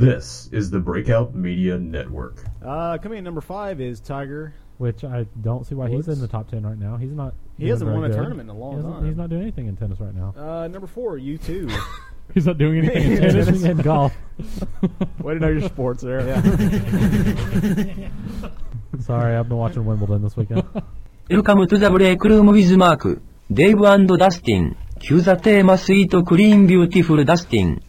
This is the Breakout Media Network. Uh, coming in number five is Tiger. Which I don't see why Woods. he's in the top ten right now. He's not. He doing hasn't very won a good. tournament in a long He hasn't- time. He's not doing anything in tennis right now. Uh, number four, you too. He's not doing anything in Tennis. tennis. and golf. Way to know your sports there. Sorry, I've been watching Wimbledon this weekend. Welcome to the break room with Mark, Dave and Dustin. Cue the theme sweet, clean, beautiful Dustin.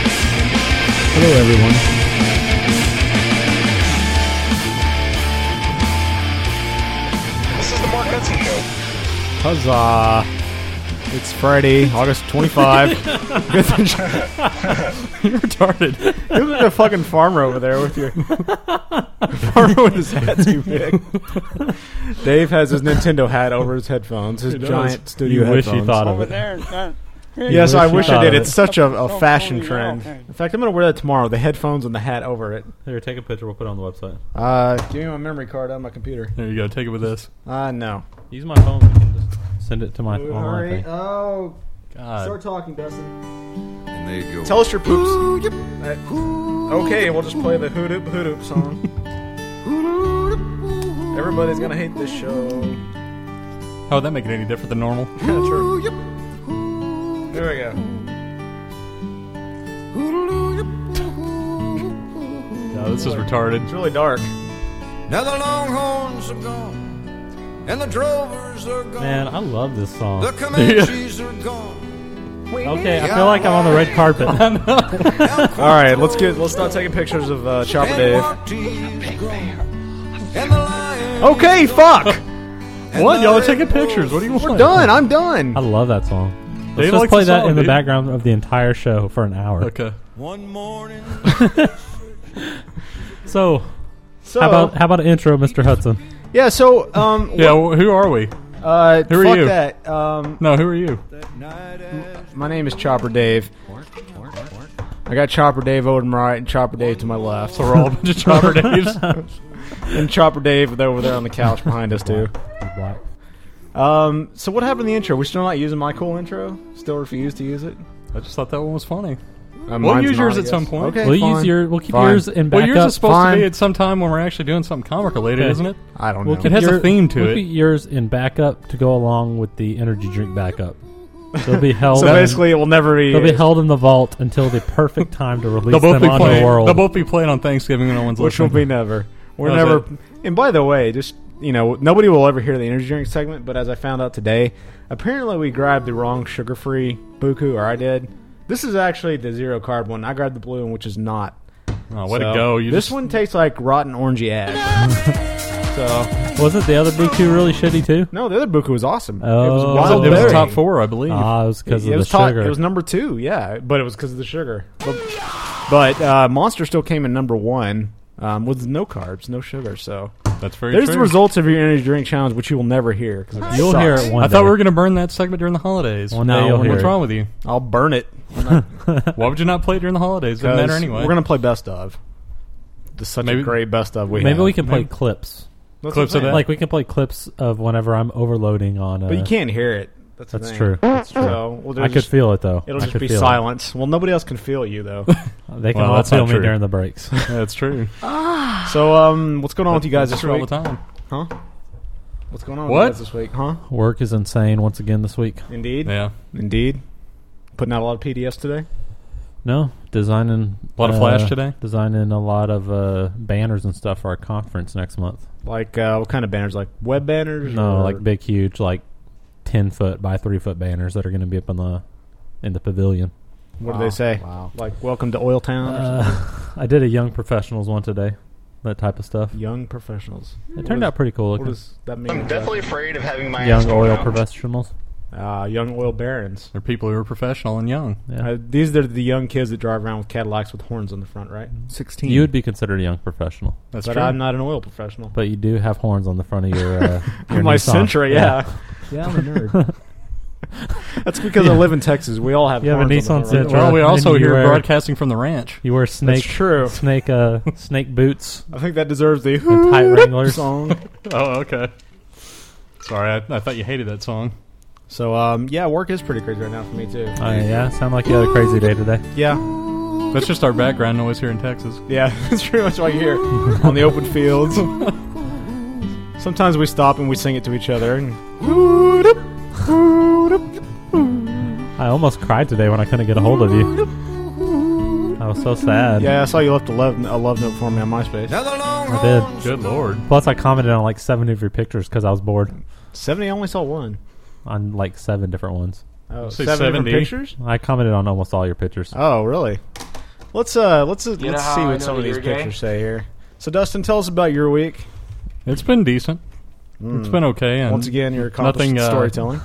Hello, everyone. This is the Mark Hudson Show. Huzzah! It's Friday, August 25. Good thing- Retarded. Look at the fucking farmer over there with your farmer with his hat too big. Dave has his Nintendo hat over his headphones, his giant studio you wish headphones. you thought of it. There, there. Yes, You I wish you wish I thought did. of It's it. such a, a Don't fashion fool me, trend. okay. In fact, I'm gonna wear that tomorrow. The headphones and the hat over it. Here, take a picture. We'll put it on the website. Uh, give me my memory card on my computer. There you go. Take it with this. Uh, no. Use my phone. We can just send it to my online thing. Oh, God. talking, Dustin. And there you go. Tell us your poops. Uh, okay, we'll just play the hoot hoop hoot hoop song. Everybody's gonna hate this show. How would that make it any different than normal? Yeah, true. There we go. No, this is retarded. It's really dark. Now the longhorns are gone, and the drovers are gone. Man, I love this song. the Comanches are gone. Okay, I feel like I'm on the red carpet. All right, let's get let's not taking pictures of uh, Chopper Dave. Okay, fuck. What? Y'all are taking pictures. What do you want? We're done. I'm done. I love that song. Let's just likes play the that song, in the dude. background of the entire show for an hour. Okay. One morning, So, So how about how about an intro, Mr. Hudson? yeah, so um, Yeah, well, who are we? uh, Who are fuck you? that. Um, No, who are you? night as my name is Chopper Dave. I got Chopper Dave over to my right and Chopper Dave to my left. So we're all Just Chopper Dave's. and Chopper Dave over there on the couch behind us too. Black. Um, so what happened to the intro? We still not using my cool intro? Still refuse to use it? I just thought that one was funny. Uh, We'll mine's use yours mine, I at guess. some point. Okay, We'll fine. use your. We'll keep Fine. yours in Well, backup. yours is supposed Fine. to be at some time when we're actually doing something comic related, Okay. isn't it? I don't We'll know. keep has a theme to we'll it. keep yours in backup to go along with the energy drink backup. They'll be held. so in- basically, it will never be. they'll be held in the vault until the perfect time to release They'll both them be onto playing. the world. They'll both be playing on Thanksgiving when no one's which will listening. be never. We're How's never. And by the way, just you know, nobody will ever hear the energy drink segment. But as I found out today, apparently we grabbed the wrong sugar-free buku, or I did. This is actually the zero carb one. I grabbed the blue one, which is not. Oh, way So, to go! You this just, one tastes like rotten orangey ass. so Wasn't the other Buku really shitty too? no, the other buku was awesome. it was Oh. wild. it was berry. the top four, I believe. Ah, it was because of It the was top- sugar. It was number two, yeah, but it was because of the sugar. But, but, uh, Monster still came in number one um, with no carbs, no sugar. So That's very there's true. the results of your energy drink challenge, which you will never hear. 'cause it You'll sucks. hear it one I day. thought we were going to burn that segment during the holidays. One day you'll hear what's it. wrong with you? I'll burn it. Why would you not play it during the holidays? Doesn't matter 'cause anyway. We're gonna play best of. This is such Maybe- a great best of we Maybe have. we can play Maybe- clips. That's clips what I'm of saying. Yeah. Like we can play clips of whenever I'm overloading on. Uh, but you can't hear it. That's, the That's thing. true. That's true. So we'll do I could just- feel it though. It'll I just could be feel it. silence. Well, nobody else can feel you though. They can Well, all that's not feel me true. during the breaks. That's true. so, um, what's going on with you guys this That's true all the week? time. Huh? What's going on with What? you guys this week? Huh? Work is insane once again this week. Indeed. Yeah, Indeed. Putting out a lot of PDFs today. No, designing A lot of uh, Flash today? Designing a lot of uh, banners and stuff for our conference next month. Like uh, what kind of banners? Like web banners? No, or- like big, huge, like ten foot by three foot banners that are going to be up in the in the pavilion. what do they say? Like welcome to Oil Town. or something? Uh, I did a young professionals one today. That type of stuff. Young professionals. It turned out pretty cool. What Looking. does that mean? I'm definitely afraid of having my ass Young blown oil out. professionals. uh, young oil barons. they're people who are professional and young. Yeah. Uh, these are the young kids that drive around with Cadillacs with horns on the front, right? Sixteen. You would be considered a young professional, That's but true. I'm not an oil professional. but you do have horns on the front of your. Uh, your my Nissan. Sentra, yeah. yeah, I'm a nerd. That's because I live in Texas. We all have. You have a horns on the Nissan front Sentra. row. Well, we And also you here wear- broadcasting from the ranch. You wear snake true. snake uh snake boots I think that deserves the and tight wranglers. Oh, okay. Sorry, I, I thought you hated that song. So um, yeah, work is pretty crazy right now for me too. Uh, Oh yeah, sound like you had a crazy day today. Yeah, That's just our background noise here in Texas. yeah, that's pretty much what you hear on the open fields. Sometimes we stop and we sing it to each other. And I almost cried today when I couldn't get a hold of you. I was so sad. yeah, I saw you left a love a love note for me on MySpace. Another long I did. Good lord. Plus, I commented on like seven of your pictures because I was bored Seventy, I only saw one. on like seven different ones. Oh, Say seven different 70. pictures. I commented on almost all your pictures. Oh, really? Let's uh, let's uh, know let's how see I what know some of that these you're gay? pictures say here. So, Dustin, tell us about your week. It's been decent. It's been okay. And Hmm. Once again, your accomplished nothing, uh, storytelling.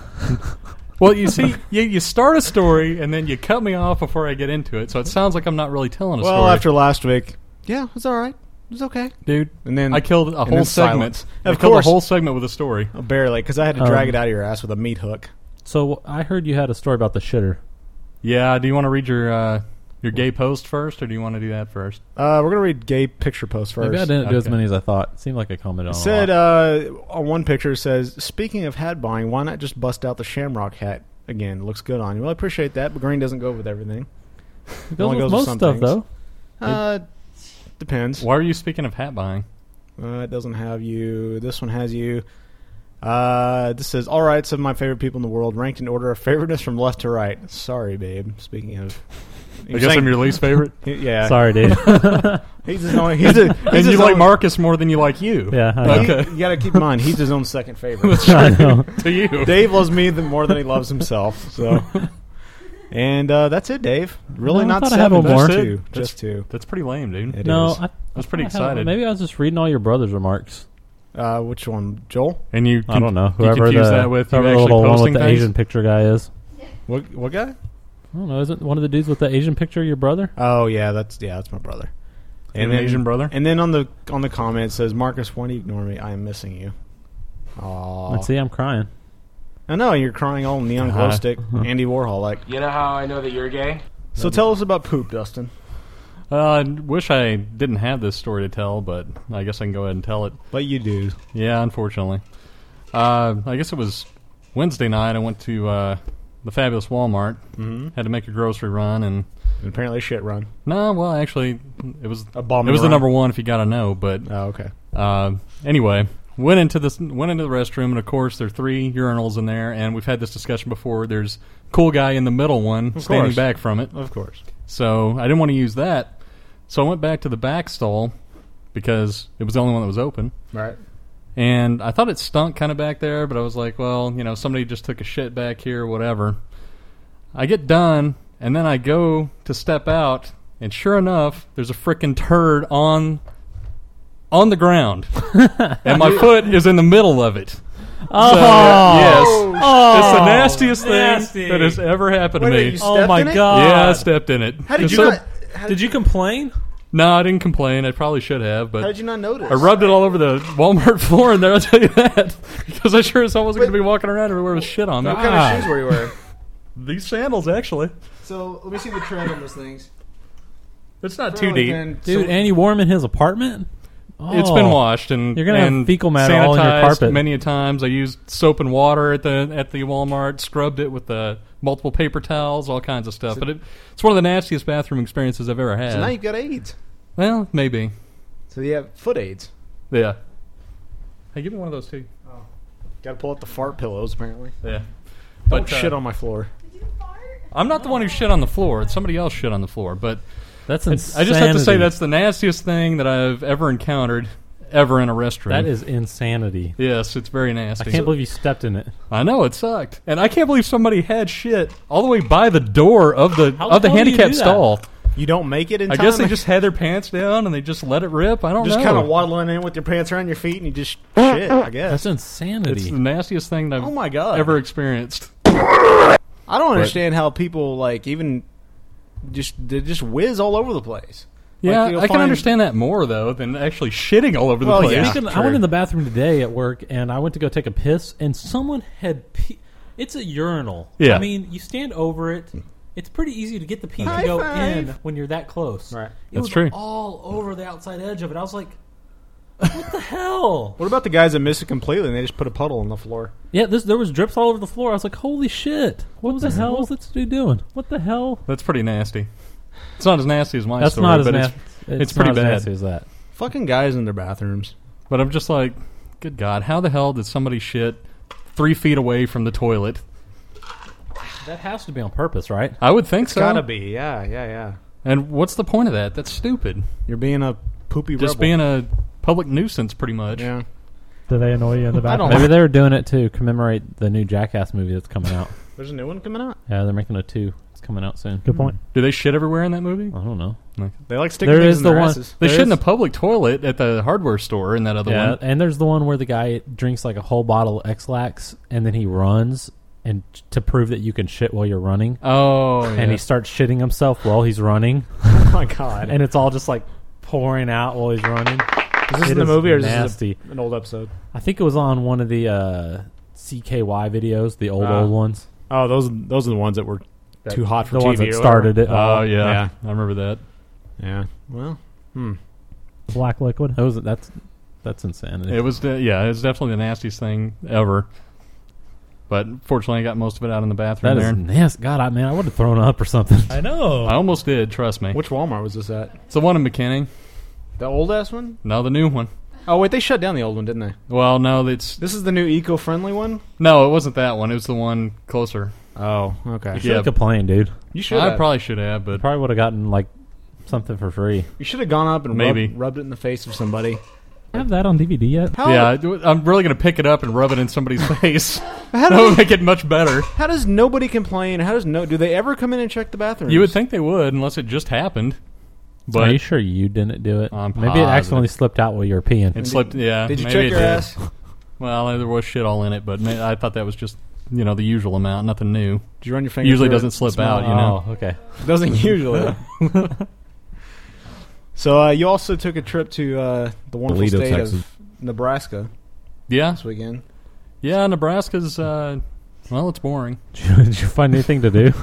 Well, you see, you, you start a story and then you cut me off before I get into it, so it sounds like I'm not really telling a Well, story. after last week, yeah, it's all right. It's okay. dude, And then I killed a and whole then segment. silence. I Of killed course. a whole segment with a story. Oh, barely, because I had to Um, drag it out of your ass with a meat hook. So I heard you had a story about the shitter. Yeah. Do you want to read your uh, your gay post first, or do you want to do that first? Uh, we're gonna read gay picture posts first. Maybe I didn't do as Okay. many as I thought. Seemed like I commented on. a Said lot. uh, on one picture it says, "Speaking of hat buying, why not just bust out the Shamrock hat again? Looks good on you." Well, I appreciate that, but green doesn't go with everything. It only goes with goes with most some stuff things. though. Uh, depends. Why are you speaking of hat buying? Uh, it doesn't have you. This one has you. Uh, this says, "All right, some of my favorite people in the world, ranked in order of favoriteness from left to right." Sorry, babe. Speaking of, I guess I'm your least favorite. yeah. Sorry, dude. He's his own. He's a, he's and you his like own- Marcus more than you like you. yeah, I know. He- Okay. You got to keep in mind, he's his own second favorite. I know. To you. Dave loves me the more than he loves himself. So, and uh, that's it, Dave. Really, No, I not thought I had seven, one more. just That's it? two, That's- just two. That's pretty lame, dude. It No, is. I, I was pretty thought I had- excited. Maybe I was just reading all your brother's remarks. uh, which one, Joel? And you, I don't know. You Whoever confuse the, that with you whoever the actually little one posting with the things. Asian picture guy is. What what guy? I don't know. Isn't one of the dudes with the Asian picture your brother? Oh yeah, that's yeah, that's my brother. And an Asian brother? And then on the on the comment it says, Marcus, why do you ignore me? I am missing you. Aw. Let's see. I'm crying. I know you're crying all neon Uh-huh. glow God. stick, Andy Warhol like. You know how I know that you're gay? So tell us about poop, Dustin. Uh, I wish I didn't have this story to tell, but I guess I can go ahead and tell it. But you do. Yeah, unfortunately. Uh, I guess it was Wednesday night. I went to uh, the fabulous Walmart. Mm-hmm. Had to make a grocery run, and And apparently shit run. no, well, actually, it was A bomb It was the run. number one if you got to know. But Oh, okay. uh, anyway, went into this went into the restroom, and of course, there are three urinals in there. And we've had this discussion before. There's cool guy in the middle one standing course. back from it. Of course. So I didn't want to use that. So I went back to the back stall because it was the only one that was open. Right. And I thought it stunk kind of back there, but I was like, well, you know, somebody just took a shit back here, whatever. I get done, and then I go to step out, and sure enough, there's a freaking turd on on the ground, and my foot is in the middle of it. Oh, yes, it's the nastiest thing Oh, nasty. that has ever happened Wait, to wait, me. you Oh Stepped my in it? god! yeah, I stepped in it. How did you So- not how Did you complain? no, I didn't complain. I probably should have, how did but you not notice? I rubbed it all over the Walmart floor in there. I'll tell you that because I sure as hell wasn't But- going to be walking around everywhere with shit on me. What kind Ah. of shoes were you wearing? These sandals, actually, So let me see the tread on those things. it's not too deep. Dude, and you warm in his apartment? Oh, It's been washed, and You're gonna have and fecal matter all in your sanitized carpet. Many a times, I used soap and water at the at the Walmart, scrubbed it with the multiple paper towels, all kinds of stuff. but it, it's one of the nastiest bathroom experiences I've ever had. So now you've got AIDS. well, maybe, So you have foot AIDS. yeah. Hey, give me one of those too. Got to pull out the fart pillows apparently. Yeah, Don't but uh, shit on my floor. I'm not the one who shit on the floor. It's somebody else shit on the floor. But That's insanity. I just have to say that's the nastiest thing that I've ever encountered ever in a restaurant. that is insanity. Yes, it's very nasty. I can't believe you stepped in it. I know it sucked, and I can't believe somebody had shit all the way by the door of the of the hell do the you handicap do that? stall. You don't make it in I time. guess they just had their pants down and they just let it rip. I don't just know. kind of waddling in with your pants around your feet and you just shit. I That's guess. It's the insanity. nastiest thing that I've Oh my god. ever experienced. I don't understand how people like even just they just whiz all over the place. Yeah, you'll I can find- understand that more though than actually shitting all over the Well, place. yeah. Speaking- I went in the bathroom today at work, and I went to go take a piss, and someone had pe- It's a urinal. Yeah. I mean, you stand over it. It's pretty easy to get the pee to High go five. in when you're that close. Right. It That's was true. all over the outside edge of it. I was like, what the hell? What about the guys that miss it completely and they just put a puddle on the floor? Yeah, this, there was drips all over the floor. I was like, holy shit. What, the, hell? What was this dude doing? What the hell? That's pretty nasty. It's not as nasty as my That's story, not as but nasty. it's, it's pretty not as bad. nasty as that. Fucking guys in their bathrooms. But I'm just like, good God, how the hell did somebody shit three feet away from the toilet? That has To be on purpose, right? I would think so. Gotta be, yeah, yeah, yeah. And what's the point of that? That's stupid. You're being a poopy Just rebel. being a public nuisance, pretty much. yeah. Do they annoy you in the I bathroom? don't- Maybe they were doing it to commemorate the new Jackass movie that's coming out. There's a new one coming out. yeah, they're making a two. It's coming out soon. Good point. Do they shit everywhere in that movie? I don't know. They like sticking There things is in the their one- asses. They There shit in is- a public toilet at the hardware store in that other yeah, one. and there's the one where the guy drinks like a whole bottle of X-Lax and then he runs and to prove that you can shit while you're running. Oh, yeah. And he starts shitting himself while he's running, Oh my god! and it's all just like pouring out while he's running. is this in it the is movie or is this nasty. a, an old episode? I think it was on one of the uh, CKY videos, the old Ah. old ones. Oh, those those are the ones that were too hot for the TV. ones or that whatever. started it. Oh, all. yeah. yeah. I remember that. Yeah. Well, Black liquid. That was that's that's insanity. It was, de- yeah, it was definitely the nastiest thing ever. But fortunately, I got most of it out in the bathroom that there. is nasty. God, I man, I would have thrown up or something. I know. I almost did, trust me. which Walmart was this at? It's the one in McKinney. The old ass one? No, the new one. Oh wait, they shut down the old one, didn't they? Well, no, it's This is the new eco-friendly one. no, it wasn't that one. It was the one closer. Oh, okay. Should Yeah. have complained, dude. You should. I have. probably should have, but Probably would have gotten like something for free. You should have gone up and Maybe. rubbed, rubbed it in the face of somebody. have that on DVD yet? How, yeah, I do- I'm really gonna pick it up and rub it in somebody's face. that would make it much better. how does nobody complain? How does no? Do they ever come in and check the bathroom? You would think they would, unless it just happened. Are you But sure you didn't do it? I'm Maybe it positive. accidentally slipped out while you were peeing. it slipped. Yeah. Did you maybe check it your did. ass? Well, there was shit all in it, but ma- I thought that was just you know the usual amount, nothing new. Did you run your finger? Usually through it? doesn't slip Smell out, you know. Oh, okay. it. Doesn't usually. so uh, you also took a trip to uh, the wonderful Toledo, state Texas. of Nebraska Yeah, this weekend. yeah. Nebraska's uh, well, it's boring. Did you find anything to do?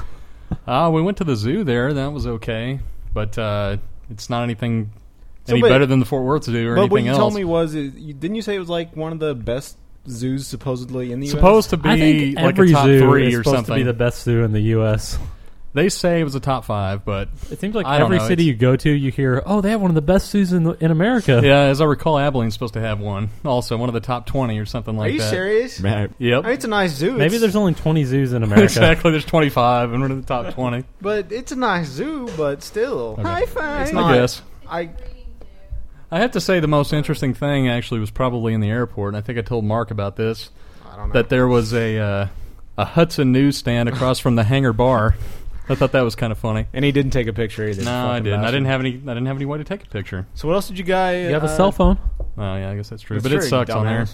Uh, we went to the zoo there. That was okay, but uh, it's not anything So, any but- better than the Fort Worth Zoo or But what anything you else. told me was, it, you, didn't you say it was like one of the best zoos supposedly in the supposed to I be think like every a top zoo three is or supposed something. to be the best zoo in the U.S. they say it was a top five, but It seems like I don't every know, city it's- you go to, you hear, "Oh, they have one of the best zoos in, the, in America." yeah, as I recall, Abilene's supposed to have one. Also, one of the top twenty or something U.S.? Are like you that. serious? Man, Yep. I mean, it's a nice zoo. Maybe It's- there's only 20 zoos in America. exactly. There's 25, and we're in the top 20. but it's a nice zoo. But still, high five. I guess. I I have to say the most interesting thing actually was probably in the airport, and I think I told Mark about this. I don't know. That there was a uh, a Hudson newsstand across from the Hangar Bar. I thought that was kind of funny. and he didn't take a picture either. No, I didn't. I didn't have any. I didn't have any way to take a picture. So what else did you uh, guys? You have a cell phone. Oh yeah, I guess that's true. but it sucks on there.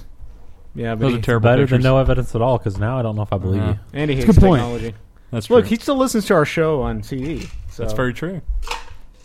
Yeah, but Those are he- terrible Better pictures. than no evidence at all, because now I don't know if I believe Uh-huh. you. Andy hates good point. technology. That's Look, true. he still listens to our show on CD. So that's very true.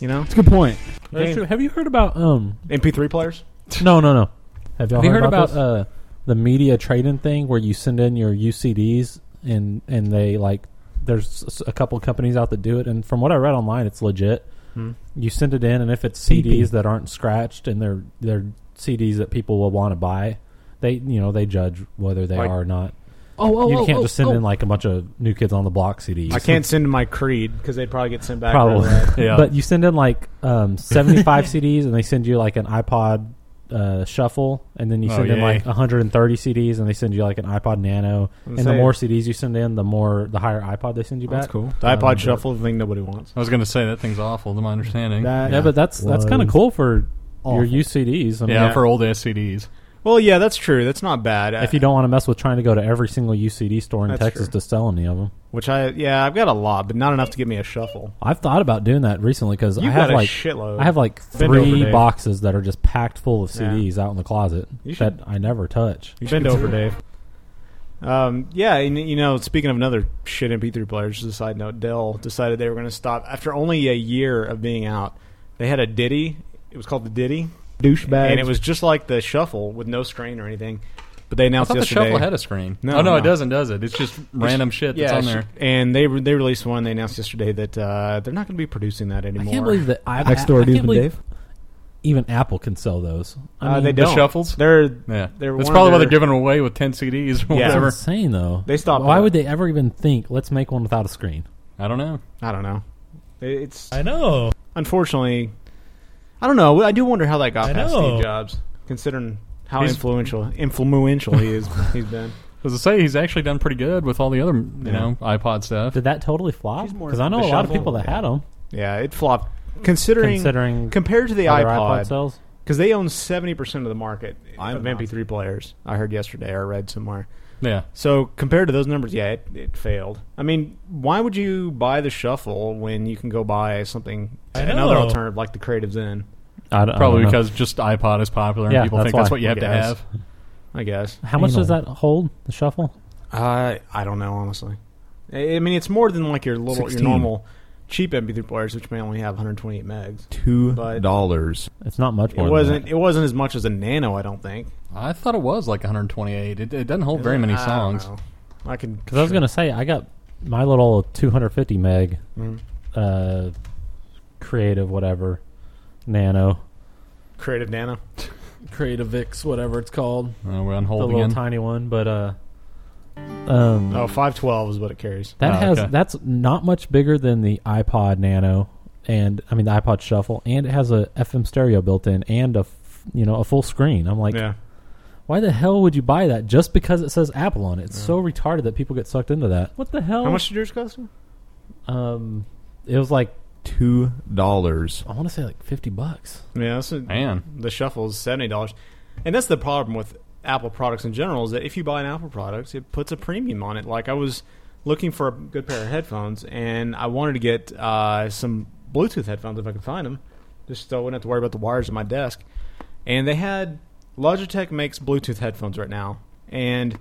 you know It's a good point. That's Okay. true. Have you heard about um? MP3 players. No, no, no. Have y'all Have you heard about this? uh the media trading thing where you send in your UCDs and and they like there's s- a couple companies out that do it, and from what I read online, it's legit. You send it in, and if it's CDs PP. that aren't scratched and they're they're CDs that people will want to buy, they you know they judge whether they Like- are or not. Oh, oh, you can't just send in like a bunch of new kids on the block CDs. I can't send my Creed because they'd probably get sent back. probably. for that. Yeah. But you send in like um, 75 CDs and they send you like an iPod uh, shuffle and then you Oh, send in yay. like 130 CDs and they send you like an iPod Nano. And the say- more CDs you send in, the more the higher iPod they send you back. That's cool. The Um, iPod but- Shuffle thing nobody wants. I was going to say that thing's awful, to my understanding. Yeah, but that's that's kind of Was cool for awful. your UCDs. I mean, yeah, for old SCDs. Well, yeah, that's true. That's not bad. if you don't want to mess with trying to go to every single UCD store in That's Texas true. to sell any of them. which I yeah, I've got a lot, but not enough to give me a shuffle. I've thought about doing that recently because I You have got a like shitload. I have like Bend over, three Dave. boxes that are just packed full of Yeah. CDs out in the closet You that I never touch. You should Bend over, Dave. Um, yeah, and, you know, speaking of another shit MP3 players, just a side note, Dell decided they were going to stop after only a year of being out. They had a Diddy. It was called the Diddy, douchebag. and it was just like the Shuffle with no strain or anything. But they I announced thought the yesterday. shovel had a screen. No, oh no, no. it doesn't, does it? It's just random shit that's yeah, on there. and they re- they released one. They announced yesterday that uh, they're not going to be producing that anymore. I can't believe that I, Next door, I can't Dave and believe Dave. Even Apple can sell those. I Uh, mean, they The don't. shuffles? They're Yeah, They're that's one probably of why they're their- giving away with ten CDs or Yeah. That's whatever. insane though. They stopped Why that. would they ever even think? Let's make one without a screen. I don't know. I don't know. It's I know. unfortunately, I don't know. I do wonder how that got I past know. Steve Jobs, considering how He's- influential influential he is. he's been. As I say, he's actually done pretty good with all the other, you know, iPod stuff. Did that totally flop? She's more Because I know a the lot of shovel. people that had them. Yeah, it flopped. Considering, Considering compared to the other iPod, sales. because they own seventy percent of the market I'm of not. MP3 players. I heard yesterday or read somewhere. Yeah, So compared to those numbers, yeah, it, it failed. I mean, why would you buy the shuffle when you can go buy something I another know. alternative like the Creatives In? I don't, probably I don't know. because just iPod is popular and Yeah, people that's think that's why. what you have to Yes. have. I guess. how much does Anal. that hold? The shuffle. I Uh, I don't know honestly. I I mean, it's more than like your little your 16. normal cheap MP3 players, which may only have 128 megs. Two But- dollars. It's not much It more. than wasn't that. it wasn't as much as a Nano, I don't think. I thought it was like 128. It, it doesn't hold very many I don't songs. know. I can Because I was gonna say I got my little 250 meg, Mm. uh, creative whatever, nano, Creative Nano. creative Vix whatever it's called, Uh, we're on the hold little again. tiny one. But uh, um, Oh, 512 is what it carries. that Oh, has okay. that's not much bigger than the iPod Nano, and I mean the iPod Shuffle, and it has a FM stereo built in and a f- you know a full screen. I'm like, yeah. why the hell would you buy that just because it says Apple on it? It's so retarded that people get sucked into that. What the hell? How much did yours cost? Um, it was like Two dollars. I want to say like 50 bucks. Yeah, that's a, Man, the shuffle is seventy dollars, and that's the problem with Apple products in general is that if you buy an Apple product, it puts a premium on it. Like I was looking for a good pair of headphones, and I wanted to get uh, some Bluetooth headphones if I could find them, just so I wouldn't have to worry about the wires at my desk. And they had Logitech makes Bluetooth headphones right now, and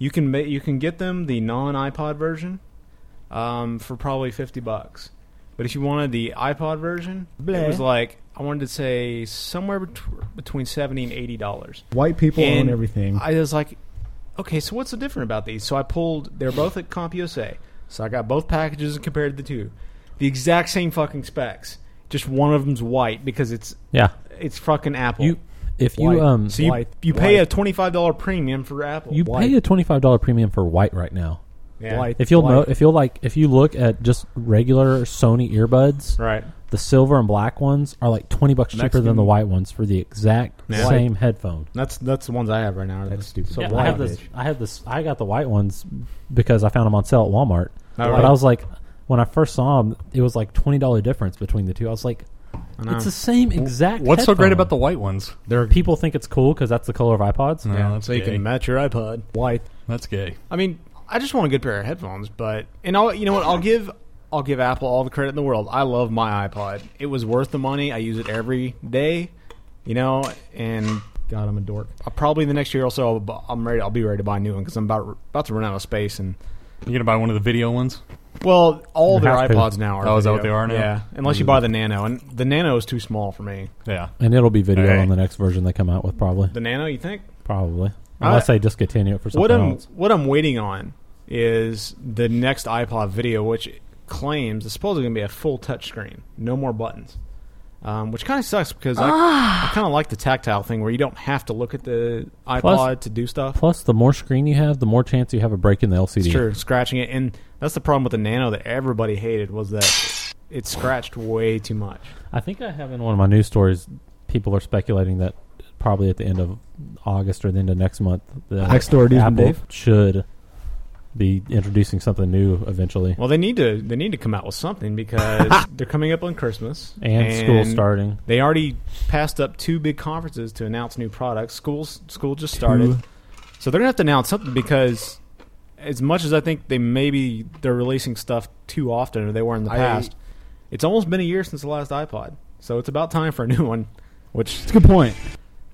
you can ma- you can get them the non iPod version um, for probably fifty bucks. But if you wanted the iPod version, it was like I wanted to say somewhere bet- between seventy and eighty dollars. White people And own everything. I was like, okay, so what's so different about these? So I pulled. They're both at CompUSA, so I got both packages and compared the two. The exact same fucking specs. Just one of them's white because it's Yeah. it's fucking Apple. You if White. you um so you, White. you pay White. a twenty five dollar premium for Apple. you pay a $25 premium for white right now. yeah. White. If you'll White. note, if you'll like if you look at just regular Sony earbuds, right? the silver and black ones are like 20 bucks cheaper than Mexican- the white ones for the exact Yeah. same headphone. That's that's the ones I have right now. That's stupid. So Yeah, I white. have this I have this I got the white ones because I found them on sale at Walmart. Oh, But right. I was like when I first saw them, it was like $20 difference between the two. I was like I know. it's the same exact what's so great headphone. about the white ones? There are people think it's cool because that's the color of iPods. No, that's you gay. can match your iPod. White. That's gay. I mean, I just want a good pair of headphones, but and I'll you know what I'll give I'll give Apple all the credit in the world. I love my iPod. It was worth the money. I use it every day, you know, and God, I'm a dork. I'll probably the next year or so I'll, bu- I'm ready. I'll be ready to buy a new one because I'm about about to run out of space. And You gonna buy one of the video ones? well, all You their have to. iPods now are. Oh, is that video. what they are now? Yeah, unless you buy the Nano, and the Nano is too small for me. Yeah. And it'll be video Okay. on the next version they come out with, probably. The Nano, you think? Probably. Unless they discontinue it for something what um, I'm else. what I'm waiting on is the next iPod video, which claims it's supposedly going to be a full touch screen, no more buttons, um, which kind of sucks because I, I kind of like the tactile thing where you don't have to look at the iPod to do stuff. Plus, the more screen you have, the more chance you have a break in the LCD. It's true, scratching it, and that's the problem with the Nano that everybody hated was that it scratched way too much. I think I have in one of my news stories, people are speculating that probably at the end of August or the end of next month, the Next door, Dave and Apple Dave. should be introducing something new eventually. Well, they need to they need to come out with something because they're coming up on Christmas And, school starting. They already passed up two big conferences to announce new products. Schools school just started, so they're gonna have to announce something because as much as I think they maybe they're releasing stuff too often or they were in the I- past, it's almost been a year since the last iPod, so it's about time for a new one, which It's a good point.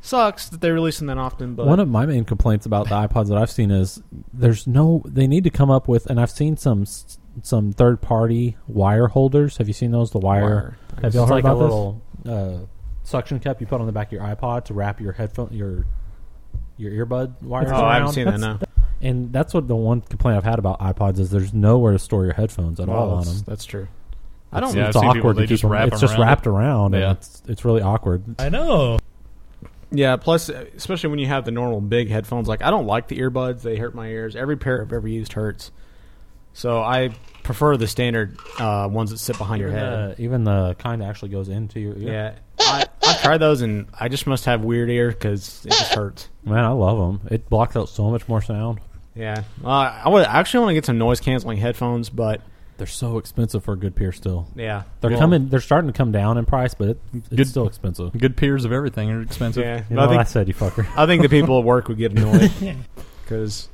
sucks that they release them that often. But One of my main complaints about the iPods that I've seen is there's no. They need to come up with, and I've seen some s- some third party wire holders. Have you seen those? The wire. Wire. Have It's y'all heard like a about this? little, uh, suction cup you put on the back of your iPod to wrap your headphone your your earbud wires. Oh, I haven't around. seen that, That's- no. And that's what the one complaint I've had about iPods is there's nowhere to store your headphones at all Well, on that's, them. that's true. I don't. Yeah, I've it's seen awkward people, to they keep just them- wrap It's them just around. wrapped around. Yeah. and it's it's really awkward. I know. Yeah, plus uh, especially when you have the normal big headphones. Like I don't like the earbuds; they hurt my ears. Every pair I've ever used hurts. So I prefer the standard uh, ones that sit behind your Even uh, head. the, even the kind that actually goes into your ear. yeah, I, I tried those, and I just must have weird ear because it just hurts. Man, I love them. It blocks out so much more sound. Yeah, uh, I would I actually want to get some noise canceling headphones, but They're so expensive for a good pair still. yeah, They're Well, coming. They're starting to come down in price, but it, it's Good- still expensive. Good peers of everything are expensive. Yeah, You but know I what I think said, you fucker. I think the people at work would get annoyed because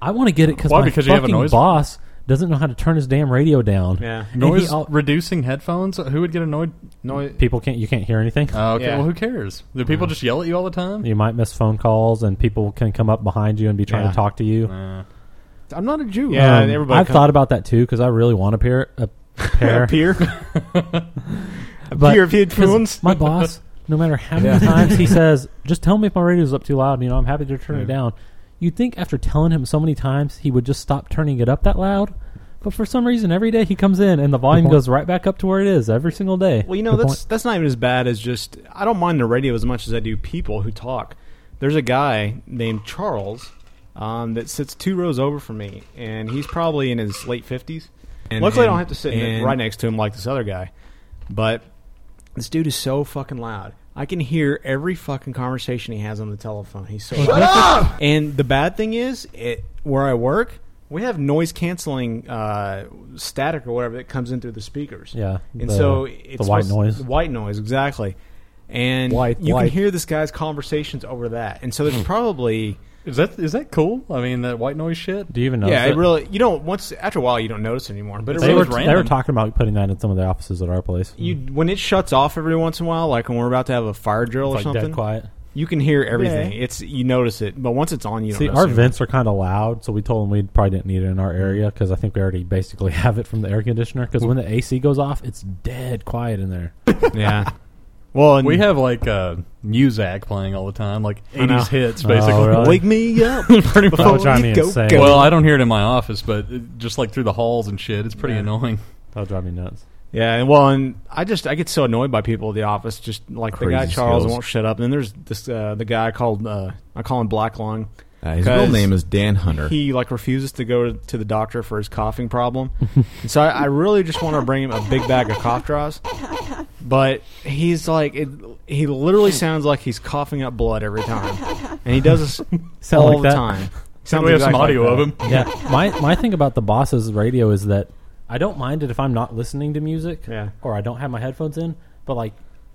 I want to get it because Why? my Because you have a fucking noise- boss doesn't know how to turn his damn radio down. yeah, And he Noise al- reducing headphones. Who would get annoyed? noise. people can't. You can't hear anything. Oh, okay. Yeah. Well, who cares? Do people just yell at you all the time? you might miss phone calls, and people can come up behind you and be trying Yeah. to talk to you. Nah. I'm not a Jew. Yeah, Um, everybody. I've come- thought about that too because I really uh, want a pair. A pair. a peer, a But- peer of headphones. Because my boss, no matter how many times he says, "Just tell me if my radio's up too loud," you know, I'm happy to turn it down. You'd think after telling him so many times, he would just stop turning it up that loud. But for some reason, every day he comes in and the volume goes right back up to where it is every single day. Well, you know Good that's point. that's not even as bad as just. I don't mind the radio as much as I do people who talk. There's a guy named Charles um, that sits two rows over from me, and he's probably in his late fifties. Luckily, I don't have to sit and- right next to him like this other guy. But this dude is so fucking loud. I can hear every fucking conversation he has on the telephone. He's so loud. And the bad thing is, it, where I work, we have noise canceling uh, static or whatever that comes in through the speakers. Yeah, and the- so the it's white supposed- noise. the white noise, exactly. And White, you white. Hmm. can hear this guy's conversations over that. And so there's probably Is that is that cool? I mean, that white noise shit. Do you even know? yeah, it really you don't once after a while you don't notice it anymore. But it They They really were, was they were random. talking about putting that in some of the offices at our place. you when it shuts off every once in a while, like when we're about to have a fire drill it's like or dead something, quiet. you can hear everything. It's you notice it, but once it's on, you don't See, notice our it. vents are kind of loud, so we told them we probably didn't need it in our area because I think we already basically have it from the air conditioner. Because when the AC goes off, it's dead quiet in there. yeah. Well, and We have like uh, Muzak playing all the time, like know. eighties hits, basically. Oh, really? wake me up pretty That would drive me insane. Well, I don't hear it in my office, but it, just like through the halls and shit, it's pretty annoying. That'll drive me nuts. Yeah, and well, and I just I get so annoyed by people at the office, just like the guy Crazy Charles skills. won't shut up. And then there's this uh, the guy called uh, I call him Black Lung. Uh, his real Because name is Dan Hunter. He like refuses to go to the doctor for his coughing problem, and so I, I really just want to bring him a big bag of cough drops. But he's like, it, he literally sounds like he's coughing up blood every time, and he does this Sound all like the that? time. Sounds Sounds we have some exactly audio like of that. him. Yeah, my my thing about the boss's radio is that I don't mind it if I'm not listening to music, Yeah. or I don't have my headphones in. But like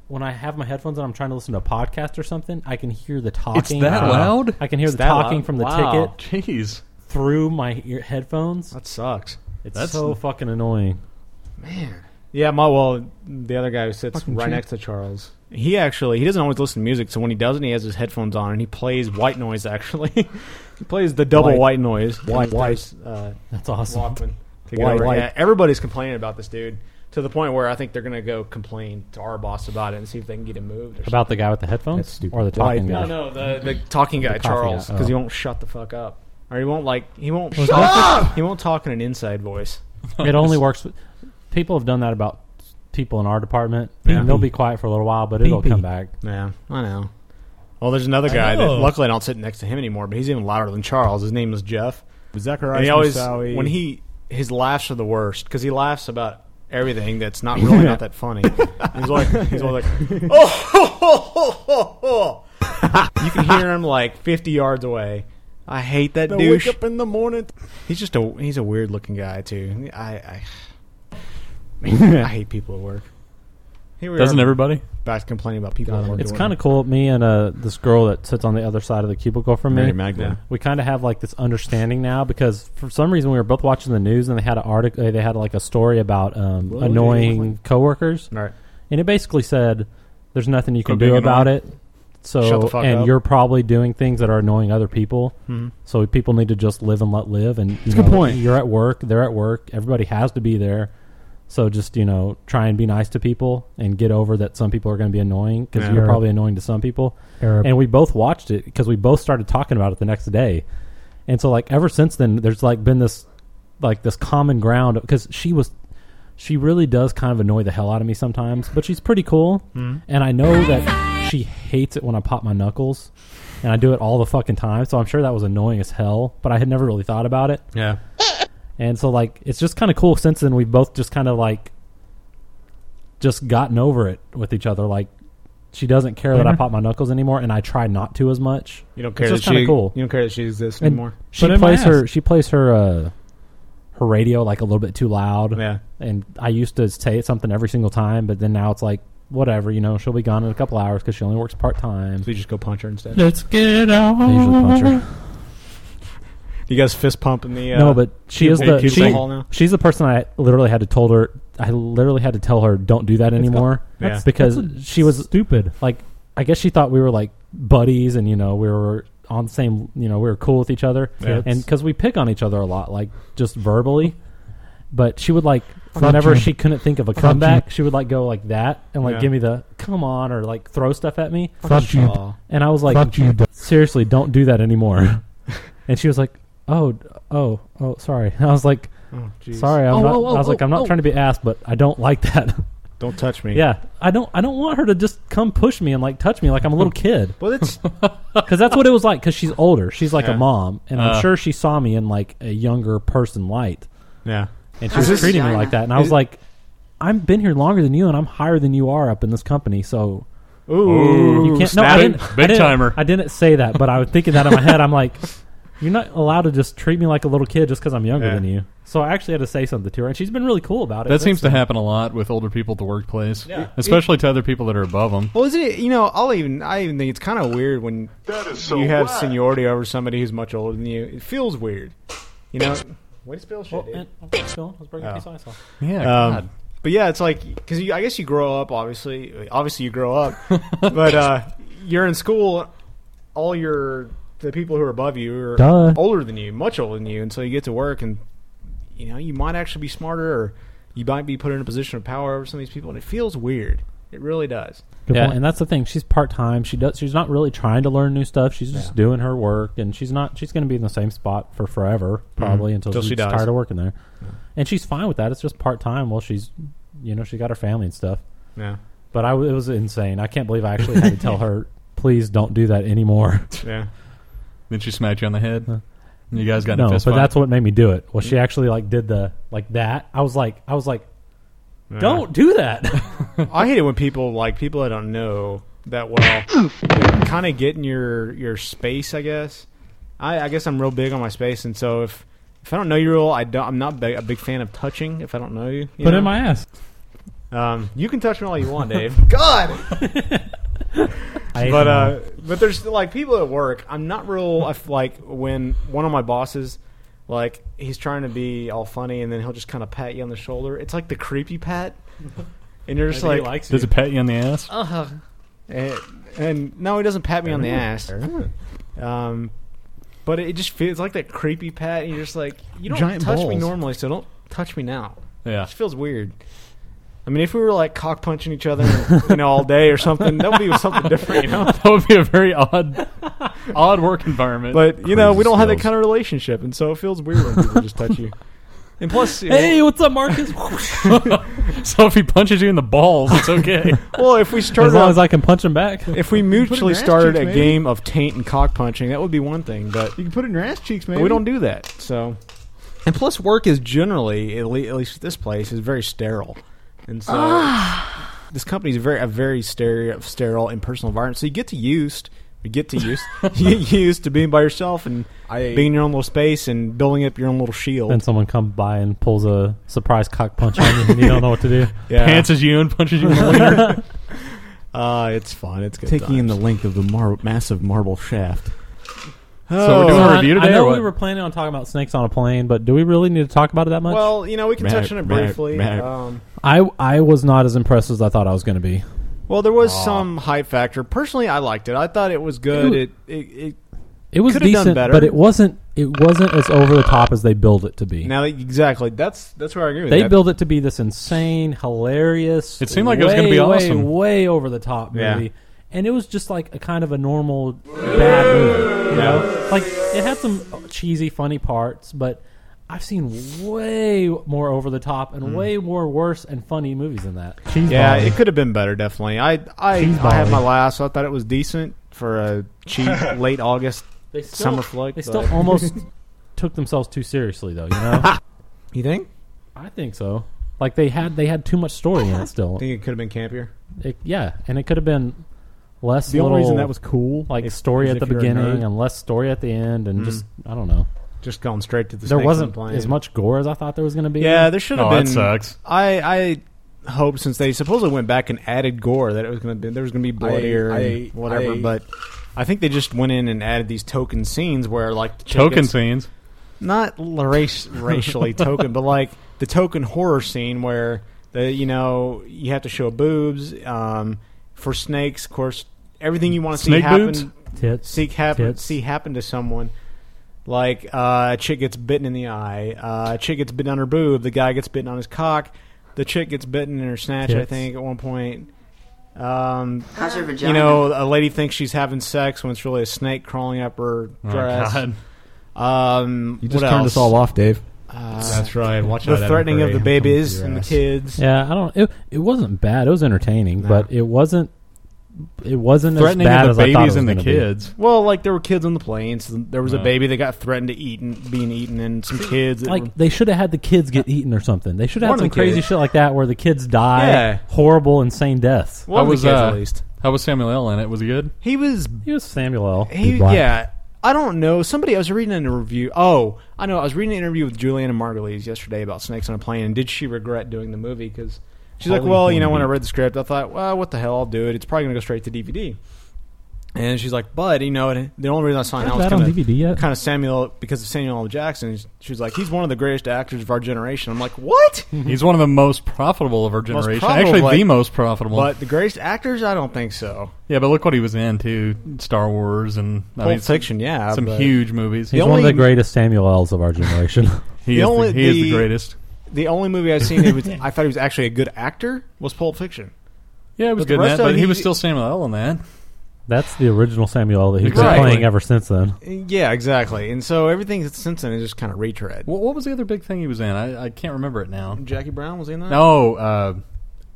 when I have my headphones and I'm trying to listen to a podcast or something, I can hear the talking. that loud? I can hear It's the that talking loud? from the Wow. ticket Jeez, through my ear- headphones. That sucks. It's that's- so fucking annoying. Yeah, my well, the other guy who sits right next to Charles. He actually he doesn't always listen to music, so when he doesn't, he has his headphones on and he plays white noise. Actually, he plays the double white, White. noise. White, white, uh, That's awesome. Walkman. To get White. over it. White. Yeah, everybody's complaining about this dude to the point where I think they're gonna go complain to our boss about it and see if they can get him moved. Or About the guy with the That's headphones stupid. or the talking guy? something. no, no, the, the talking guy coffee Charles guy. because he Oh. won't shut the fuck up or he won't like he won't shut up. He won't talk in an inside voice. It only works. With, people have done that about people in our department. Yeah. And they'll be quiet for a little while, but it'll Pee-pee. come back. Yeah, I know. Well, there's another guy that know. luckily I don't sit next to him anymore, but he's even louder than Charles. His name is Jeff. Zacharias And he always Moussaoui. when he his laughs are the worst because he laughs about everything that's not really not that funny. He's like he's always like oh ho, ho, ho, ho, ho." you can hear him like 50 yards away. I hate that I douche. wake up in the morning. He's just a he's a weird looking guy too. I I, man, I hate people at work. Here we doesn't are everybody? back to complaining about people at work. It's kind of cool. Me and uh, this girl that sits on the other side of the cubicle from me, Mary Magdalene. we kind of have like this understanding now because for some reason we were both watching the news and they had an article. They had like a story about um, annoying coworkers, All right. and it basically said, "There's nothing you can Quit being do about annoying. it." So Shut the fuck and up. Mm-hmm. you're probably doing things that are annoying other people. So people need to just live and let live. And you a good know, point. You're at work. They're at work. Everybody has to be there. So just you know, try and be nice to people and get over that some people are going to be annoying because Yeah. you're Sure. probably annoying to some people. Sure. And we both watched it because we both started talking about it the next day, and so like ever since then, there's like been this like this common ground because she was she really does kind of annoy the hell out of me sometimes, but she's pretty cool, and I know that she hates it when I pop my knuckles, and I do it all the fucking time. So I'm sure that was annoying as hell, but I had never really thought about it. Yeah. And so like it's just kind of cool since then we've both just kind of like just gotten over it with each other like she doesn't care Mm-hmm. that I pop my knuckles anymore and I try not to as much. You don't care It's that just kind she of cool. You don't care that she exists And anymore. She Put it in my plays her ass. she plays her uh her radio like a little bit too loud. Yeah. And I used to say something every single time but then now it's like whatever, you know, she'll be gone in a couple hours cuz she only works part-time. So you just go punch her instead. Let's get out. I usually punch her. You guys fist pump in the uh, No, but she is people- the people she, hall now. she's the person I literally had to told her I literally had to tell her don't do that anymore Yeah. because That's a- she was stupid. like I guess she thought we were like buddies and you know we were on the same you know we were cool with each other Yeah. and because we pick on each other a lot like just verbally but she would like Fuck whenever you. she couldn't think of a you. comeback she would like go like that and like Yeah. give me the come on or like throw stuff at me Fuck you. Aw. and I was like Fuck you. seriously don't do that anymore and she was like oh d- oh oh sorry I was like Oh, jeez. sorry I'm Oh, not oh, oh, I was like oh, I'm not oh." trying to be ass but I don't like that Don't touch me. yeah I don't I don't want her to just come push me and like touch me like I'm a little kid Well, it's because that's what it was like. Because she's older, she's like Yeah. a mom, and I'm Uh. sure she saw me in like a younger person light, yeah. and she was this- treating me like that. And I is was it- like, "I've been here longer than you, and I'm higher than you are up in this company, so Ooh, you can't." No, snap I it. didn't. I Big didn't- timer. I didn't say that, but I was thinking that in my head. I'm like, "You're not allowed to just treat me like a little kid just because I'm younger Yeah. than you." So I actually had to say something to her, and she's been really cool about it. That since seems to then. happen a lot with older people at the workplace, especially to other people that are above them. Well, is it? You know, I'll even I even think it's kind of weird when That is so you have whack. seniority over somebody who's much older than you. It feels weird. You know. Way to spill shit, dude. oh, And- okay, Phil, let's break a piece of ice off. Yeah, Um, God. but yeah, it's like because I guess you grow up. Obviously, obviously you grow up, but uh, you're in school. All your the people who are above you are Duh. older than you, much older than you, and so you get to work, and you know you might actually be smarter, or you might be put in a position of power over some of these people, and it feels weird. It really does. Good yeah, point. and that's the thing. She's part time. She does. She's not really trying to learn new stuff. She's just doing her work, and she's not. She's going to be in the same spot for forever, probably until, Till she's she dies. tired of working there. And she's fine with that. It's just part time. Well, she's, you know, she's got her family and stuff. Yeah, But I, w- it was insane. I can't believe I actually had to tell her, please don't do that anymore. yeah. Then she smacked you on the head. you guys got in no, a but fist fight. that's what made me do it. Well, she actually like did the like that. I was like, I was like, don't do that. I hate it when people like people I don't know that well kind of get in your your space. I guess I, I guess I'm real big on my space, and so if if I don't know you real, I don't. I'm not big, a big fan of touching. If I don't know you, you Put know? in my ass. Um, you can touch me all you want, Dave. God, I but hate her. uh, but there's like people at work. I'm not real. I f- like when one of my bosses. Like he's trying to be all funny, and then he'll just kind of pat you on the shoulder. It's like the creepy pat, and you're just Maybe he like, likes Does you. it pat you on the ass? Oh, Uh-huh. and, and no, he doesn't pat me on the ass. Um, but it just feels like that creepy pat, and you're just like, you don't Giant touch me balls. normally, so don't touch me now. It Yeah. just feels weird. I mean, if we were like cock punching each other, you know, all day or something, that would be something different, you know. that would be a very odd, odd work environment. But you know, we Crazy don't have that skills. kind of relationship, and so it feels weird when people just touch you. And plus, you know, Hey, what's up, Marcus? so if he punches you in the balls, it's okay. well, if we as started, long out- as I can punch him back. if we your mutually ass started cheeks, a maybe. game of taint and cock punching, that would be one thing. But You can put it in your ass cheeks, man. But we don't do that. So, and plus, work is generally, at, le- at least at this place, is very sterile, and so Ah. this company is very a very sterile, sterile and personal environment. So you get to used, you get to used, you get used to being by yourself and I being in your own little space and building up your own little shield. Then someone comes by and pulls a surprise cock punch on you, and you don't know what to do. yeah, Pantses you and punches you in the wiener. uh, it's fun. It's good. taking in the times. length of the mar- massive marble shaft. So Oh. we're doing Well, a I- review today. I know or we what? were planning on talking about snakes on a plane, but do we really need to talk about it that much? Well, you know, we can Matt, touch on it Matt, briefly. Matt. Um, I I was not as impressed as I thought I was going to be. well, there was some hype factor. Personally, I liked it. I thought it was good. It it, it It was Could've done decent, better. but it wasn't. it wasn't as over the top as they build it to be. Now, exactly. That's that's where I agree with they that. build it to be this insane, hilarious. It seemed like it was gonna way, be way, awesome. way over the top Yeah. movie, and it was just like a kind of a normal bad movie. You know, like it had some cheesy, funny parts, but I've seen way more over the top and way more worse and funny movies than that. Cheese Mm. Yeah, balls. it could have been better, definitely. I I, Cheese I had balls. my last. So I thought it was decent for a cheap late August They still, summer flick. they but- still almost took themselves too seriously, though. You know, you think? I think so. Like they had they had too much story in it still. Think it could have been campier? It, yeah, and it could have been less. The only little- reason that was cool, like if- story is at the if you're a nerd. beginning and less story at the end and just I don't know. Just gone straight to the. there snakes wasn't on the plane. as much gore as I thought there was going to be. Yeah, there should have Oh, been. that sucks. I I hope since they supposedly went back and added gore that it was going to be there was going to be bloodier I- and whatever, I- but. I think they just went in and added these token scenes where, like, the chick Token gets- scenes. not l- race, racially token, but like the token horror scene where the you know you have to show boobs um, for snakes. Of course, everything you want to see Snake happen, boobs? tits. seek happen, Tits. see happen to someone. Like uh, a chick gets bitten in the eye, uh, a chick gets bitten on her boob, the guy gets bitten on his cock, the chick gets bitten in her snatch. I Tits. think at one point. Um, How's your vagina? you know, a lady thinks she's having sex when it's really a snake crawling up her Oh, dress. God. Um, You just what turned else? us all off, Dave. Uh, That's right. Watch out. the Adam threatening of Curry. the I'm coming for babies your and the ass. kids. Yeah, I don't. It, it wasn't bad. It was entertaining, Nah. but it wasn't. It wasn't Threatening as bad of as the I thought babies it and the was gonna be. kids. Well, like there were kids on the planes. There was a Wow. baby that got threatened to eat and being eaten, and some kids. That were, Like they should have had the kids get eaten or something. They should have One had of some the crazy kids. shit like that where the kids die Yeah. horrible, insane deaths. one of the was, kids uh, at least. How was Samuel L. in it? Was he good? He was. He was Samuel L. He He's black. yeah. I don't know. Somebody I was reading an interview. Oh, I know. I was reading an interview with Juliana Margulies yesterday about snakes on a plane, and did she regret doing the movie? Because she's like, Holy well, you know, when I moly. read the script, I thought, well, what the hell, I'll do it. It's probably gonna go straight to DVD. And she's like, but you know, it- the only reason I signed out Is was that on kinda- DVD yet? kind of Samuel because of Samuel L. Jackson. She was like, he's one of the greatest actors of our generation. I'm like, what? He's one of the most profitable of our generation. Mm-hmm. profitable, Actually, like- the most profitable. But the greatest actors? I don't think so. yeah, but look what he was in too: Star Wars and I Pulp mean, some- Fiction, yeah, some but- huge movies. He's The one only- of the greatest Samuel L's of our generation. he the is, only- the, he is the- the greatest. The only movie I've seen that was, I thought he was actually a good actor was Pulp Fiction. Yeah, it was But the good. In rest that, of but he he- was still Samuel L. in that. That's the original Samuel L. that he's Exactly. been playing ever since then. Yeah, exactly. And so everything since then is just kind of retread. What, what was the other big thing he was in? I, I can't remember it now. Jackie Brown was he in that? No, uh,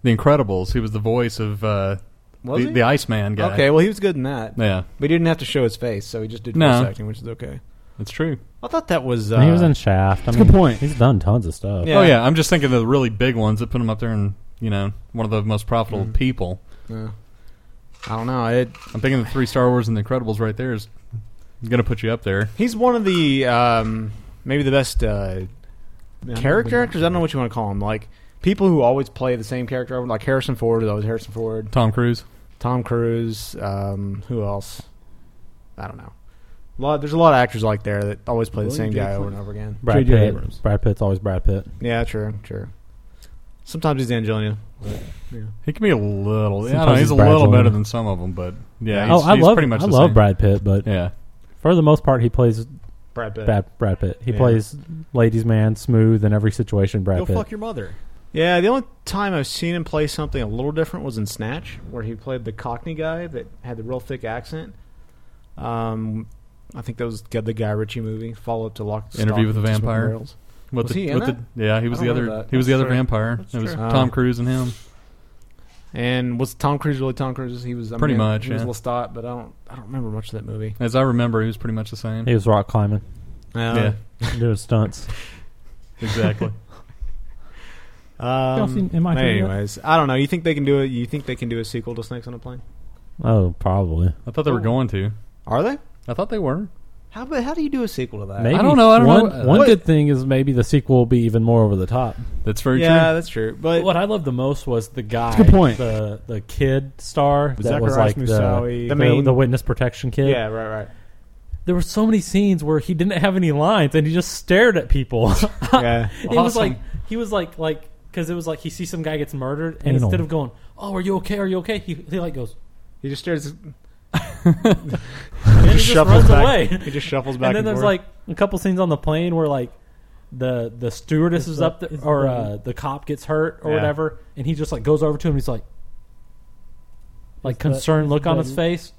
The Incredibles. He was the voice of uh, Was the, he? the Iceman guy. Okay, well he was good in that. Yeah, But he didn't have to show his face, so he just did No. voice acting, which is okay. that's true. I thought that was. Uh, And he was in Shaft. I mean, good point. He's done tons of stuff. Yeah. Oh yeah, I'm just thinking of the really big ones that put him up there, and you know, one of the most profitable Mm-hmm. people. uh, I don't know. It, I'm thinking the three Star Wars and The Incredibles right there is going to put you up there. He's one of the um, maybe the best uh, character actors. I don't know what you want to call him. Like people who always play the same character over, like Harrison Ford is always Harrison Ford. Tom Cruise. Tom Cruise. Um, who else? I don't know. A lot, there's a lot of actors like there that always play the William same J. guy over and Clinton. over again. Brad J.J. Pitt. Abrams. Brad Pitt's always Brad Pitt. Yeah, true, true. Sometimes he's Angelina. He can be a little. I don't know, Sometimes he's he's a little fragile. better than some of them, but yeah. oh, He's, I he's love pretty much I the love same. Brad Pitt, but Yeah, for the most part, he plays Brad Pitt. bad Brad Pitt. He Yeah. plays ladies' man, smooth in every situation. Brad Pitt. your mother. Yeah, the only time I've seen him play something a little different was in Snatch, where he played the Cockney guy that had the real thick accent. Um, I think that was the the Guy Ritchie movie, follow up to Lock. Stock, Interview with the and Two Smoking Vampire. Barrels. With Was the, he in with that? the- yeah, he was I the don't other. know that. He was the That's other true. vampire. That's It was true. Tom Uh, Cruise and him. And was Tom Cruise really Tom Cruise? He was I Pretty mean, much, He was yeah. Lestat, but I don't. I don't remember much of that movie. As I remember, he was pretty much the same. He was rock climbing, uh, yeah, doing stunts. exactly. Um, Y'all seen Am I Free Yet? anyways, I don't know. You think they can do it? You think they can do a sequel to Snakes on a Plane? Oh, probably. I thought they were going to. Are they? I thought they were. How? But how do you do a sequel to that? Maybe. don't know, I don't one, know. One What- good thing is maybe the sequel will be even more over the top. That's very yeah, true. that's true. But what I loved the most was the guy, a good point. the the kid star that was Zacharias like the, Moussaoui. the, The main- the witness protection kid. yeah, right, right. there were so many scenes where he didn't have any lines and he just stared at people. Yeah. it was Awesome. like he was like like because it was like he sees some guy gets murdered and Anal. instead of going, "Oh, are you okay? Are you okay?" He, he like goes, He just stares. And he just runs back. away. He just shuffles back. and then there's forth. like a couple scenes on the plane where like the the stewardess It's is the- up there it's or the- uh, the cop gets hurt or Yeah. whatever, and he just like goes over to him. and He's like, like It's the- concerned it's look on the- his face,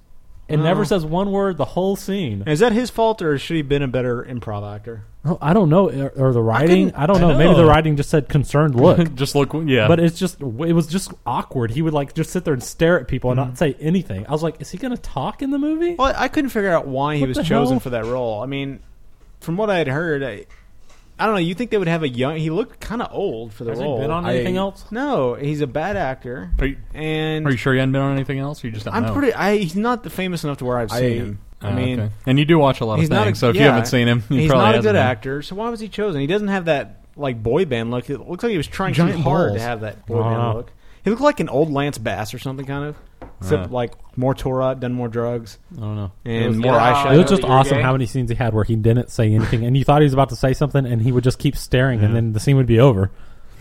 and Oh. never says one word the whole scene. is that his fault or should he have been a better improv actor? Oh, I don't know, or, or the writing. I, don't I know. Maybe the know. writing just said concerned look, just look, yeah. but it's just it was just awkward. He would like just sit there and stare at people and not say anything. I was like, is he gonna talk in the movie? Well, I couldn't figure out why he What was the chosen hell? for that role. I mean, from what I had heard, I, I don't know. You think they would have a young? He looked kind of old for the Has he role. been on I- anything else? no, he's a bad actor, are, you, and are you sure you hadn't been on anything else? Or you just don't I'm know? pretty. I, he's not the famous enough to where I've I- seen him. I uh, Oh, mean, okay. and you do watch a lot of he's things, not a- so if you yeah. haven't seen him, you he's probably not a hasn't good been. actor. So why was he chosen? He doesn't have that like boy band look. It looks like he was trying Giant too hard balls. to have that boy I don't band know. look. He looked like an old Lance Bass or something, kind of. Except Uh. like more tore up, done more drugs, I don't know. and was- more yeah, eye it I know was shadow. just that you're awesome gay. how many scenes he had where he didn't say anything, and you thought he was about to say something, and he would just keep staring, and then the scene would be over.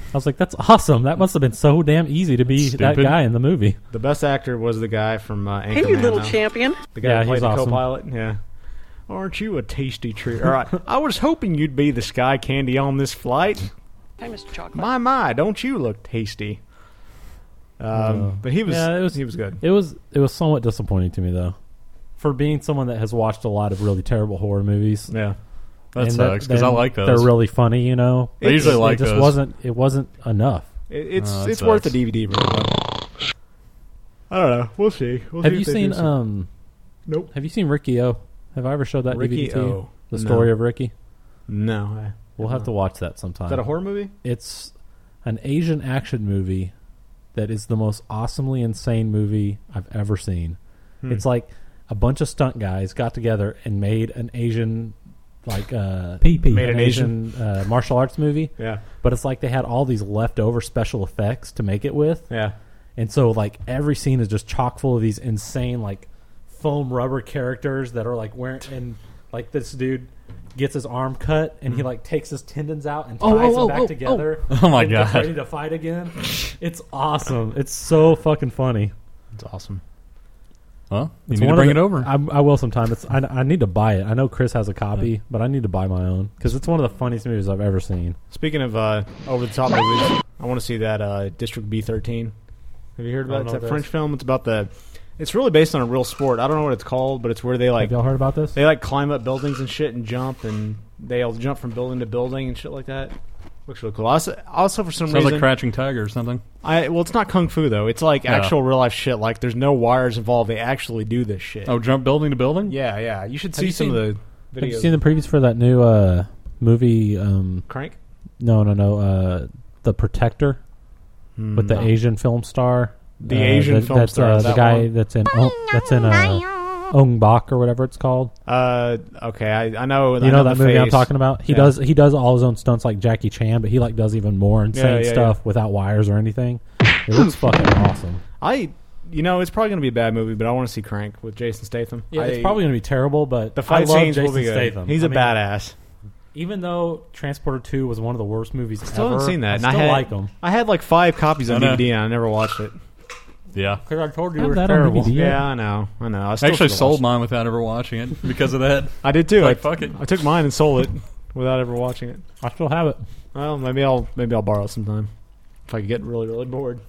I was like, "That's awesome! That must have been so damn easy to be that Stupid. guy in the movie." The best actor was the guy from uh, Anchorman. Hey, you little though. champion. The guy Yeah, that he's played the awesome. co-pilot. Yeah. Aren't you a tasty treat? All right. I was hoping you'd be the sky candy on this flight. Hey, Mr. Chocolate. My my, don't you look tasty? Um, but he was, Yeah, it was- he was good. It was it was somewhat disappointing to me though, for being someone that has watched a lot of really terrible horror movies. Yeah. That And sucks because I then like those. They're really funny, you know. I usually It like just those. wasn't it wasn't enough. It, it's Oh, that it's worth a sucks. DVD. Really. I don't know. We'll see. We'll Have see you if they seen uh, do some- um? Nope. Have you seen Ricky O? Have I ever showed that Ricky DVD to you? O. The No. story of Ricky. No. I- We'll have to watch that sometime. Is Uh, that a horror movie? it's an Asian action movie that is the most awesomely insane movie I've ever seen. Hmm. It's like a bunch of stunt guys got together and made an Asian like uh PP. Made an Asian, uh, martial arts movie, Yeah. but it's like they had all these leftover special effects to make it with. Yeah. And so like every scene is just chock full of these insane like foam rubber characters that are like wearing and like this dude gets his arm cut and he like takes his tendons out and ties Oh, oh, them oh, back oh, oh. together. Mm-hmm. Oh, my and gets God. Ready to fight again? It's awesome. It's so fucking funny. It's awesome. Well, you It's need one to of bring the- it over. I, I will sometime. It's I, I need to buy it. I know Chris has a copy, but I need to buy my own because it's one of the funniest movies I've ever seen. Speaking of uh, over the top movies, I want to see that uh, District B thirteen. Have you heard I about it? don't It's know what that that French is. film. It's about the. It's really based on a real sport. I don't know what it's called, but it's where they like Have y'all heard about this? they like climb up buildings and shit and jump and they'll jump from building to building and shit like that. Looks really cool. Also, also for some Sounds reason, like Crouching Tiger or something. I well, it's not kung fu though. It's like Yeah. actual real life shit. Like there's no wires involved. They actually do this shit. Oh, jump building to building. yeah, yeah. You should see you some of the videos. Have you seen the previews for that new uh, movie? Um, Crank? no, no, no. Uh, the Protector with the Asian film star. Hmm. The uh, Asian that- film that's, star, Uh, is the that guy one? that's in oh, that's in uh, Ong Bak or whatever it's called. Uh, okay, I, I know. I You know that the movie I'm face. talking about? He Yeah. does he does all his own stunts like Jackie Chan, but he like does even more insane yeah, yeah. stuff without wires or anything. It looks fucking awesome. I, you know, it's probably gonna be a bad movie, but I want to see Crank with Jason Statham. Yeah, it's I- probably gonna be terrible, but The fight I love scenes Jason will be good. Statham. He's a a badass. Even though Transporter Two was one of the worst movies Still ever, haven't seen that. I and still I had, like him. I had like five copies on I know. DVD and I never watched it. yeah. Because I told you it it was was that on terrible. DVD. Yeah, Yeah. I know. I know. I, I still actually should've sold watched mine without ever watching it because of that. it. I did too. Like, I, fuck it. I took mine and sold it without ever watching it. I still have it. Well, maybe I'll maybe I'll borrow it sometime if I get really really bored.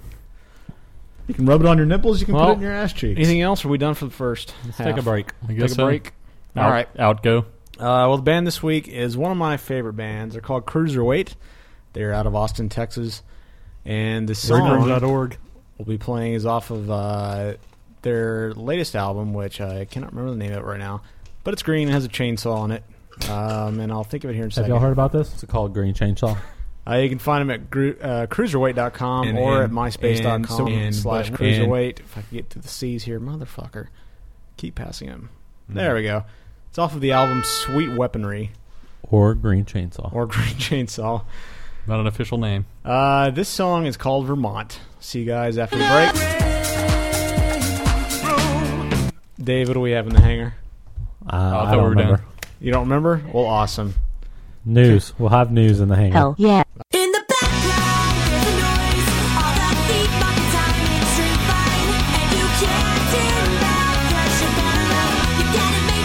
You can rub it on your nipples. You can Well, put it in your ass cheeks. Anything else? Are we done for the first? Let's Take a break. I guess Take a so. break. Out, All right. out go. Uh, well, the band this week is one of my favorite bands. They're called Cruiserweight. They're out of Austin, Texas, and the song we'll be playing is off of uh, their latest album, which I cannot remember the name of it right now. But it's green and has a chainsaw on it, um, and I'll think of it here in a Have second. y'all heard about this? It's called Green Chainsaw. Uh, you can find them at gru- uh, cruiserweight.com And- or and- at myspace.com and so- and- slash but- cruiserweight. If I can get to the C's here, motherfucker. Keep passing them. Mm-hmm. There we go. It's off of the album Sweet Weaponry Or Green Chainsaw. Oh, or Green Chainsaw. Not an official name. Uh, this song is called Vermont. See you guys after the break. Dave, what do we have in the hangar? Uh, Oh, I I thought we don't were done. remember. You don't remember? Well, awesome. News. We'll have news in the hangar. Hell yeah. In the background, the noise, all that feedback time, it's refined, and you can't deny that you're gonna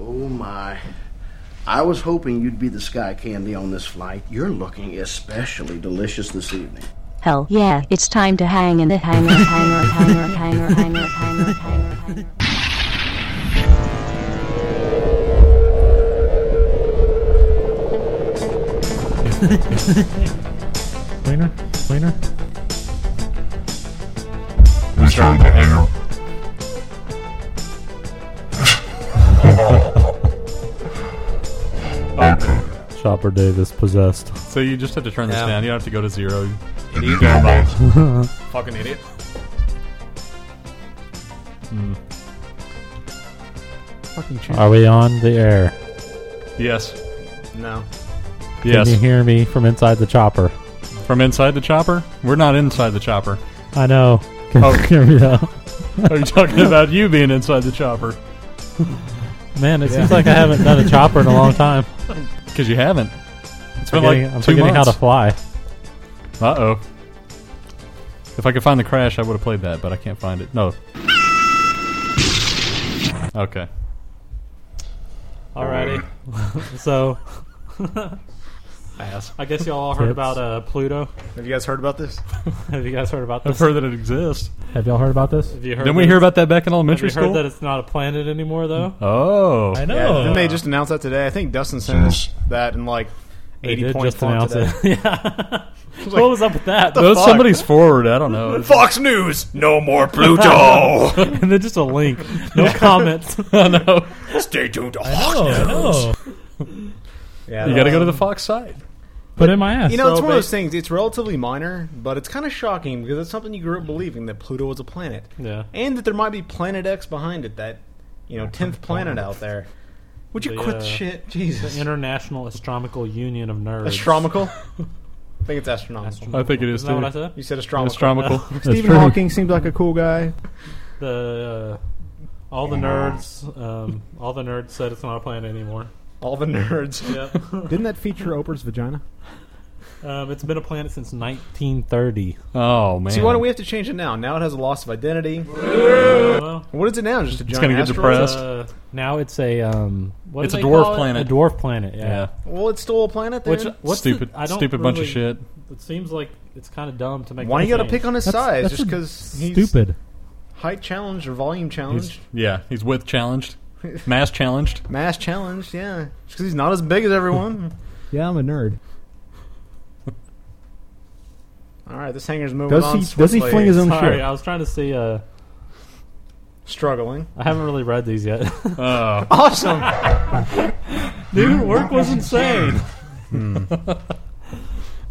Oh, my. I was hoping you'd be the sky candy on this flight. You're looking especially delicious this evening. Hell yeah, it's time to hang in the hanger, hanger, hanger, hanger, hanger, hanger, hanger, hanger. Cleaner? Cleaner? Chopper Davis possessed. So you just have to turn this Yeah. down. You don't have to go to zero. Idiot. Damn right. Fucking idiot. Fucking champ. Are we on the air? Yes. No. Can you Yes. hear me from inside the chopper? From inside the chopper? We're not inside the chopper. I know. Oh. Can you hear me though? Are you talking about you being inside the chopper? Man, it seems like I haven't done a chopper in a long time. Because you haven't. It's been Forgetting- like I'm two forgetting how months. to fly. Uh oh. If I could find the crash, I would have played that, but I can't find it. No. Okay. Alrighty. so, Ass. I guess y'all all heard Tits. about uh, Pluto. Have you guys heard about this? Have you guys heard about I've this? heard that it exists. Have y'all heard about this? Have you heard Didn't we that hear it's- about that back in elementary have you heard school? that it's not a planet anymore, though? Oh. I Yeah, know. didn't they just announced that today? I think Dustin sent us that in like They eighty did points just announce today. it. yeah. what was up with that? The That was fuck? somebody's forward. I don't know. Fox News, no more and then just a link. No comments. no. Stay tuned. To Oh, Yeah, you that got to go to the was- Fox site. Put in my ass. You know, it's one of those things. It's relatively minor, but it's kind of shocking because it's something you grew up believing that Pluto was a planet, Yeah. and that there might be Planet X behind it. That you know, tenth planet out there. Would you The, quit uh, the shit? Jesus. The International Astronomical Union of Nerds. Astronomical. I think it's astronomical. I think it is Isn't that too. what I said? You said astronomical. Astronomical. Stephen Hawking seemed like a cool guy. The uh, all the nerds, um, all the nerds said it's not a planet anymore. All the nerds. Yep. Didn't that feature Oprah's vagina? Um, it's been a planet since 1930. Oh man. See, why do we have to change it now? Now it has a loss of identity. Well, What is it now? Just a giant gonna get asteroid? depressed. uh, now it's a um, what It's do a they dwarf call it? planet. A dwarf planet. Yeah. Yeah. Well, it's still a planet. Then. Which what's the- Stupid- I don't stupid bunch of really- shit. It seems like it's kind of dumb to make. Why that you got to change. pick on his That's- size that's just a because Stupid. height challenge or volume challenge, Yeah, he's with challenged, mass challenged. mass challenge? Yeah, because he's not as big as everyone. Yeah, I'm a nerd. All right, this hanger's moving Does on. he- does he swiftly. fling his own Sorry, shirt? I was trying to see. Uh, Struggling. I haven't really read these yet. Oh, Awesome. Dude, your work was insane. Hmm.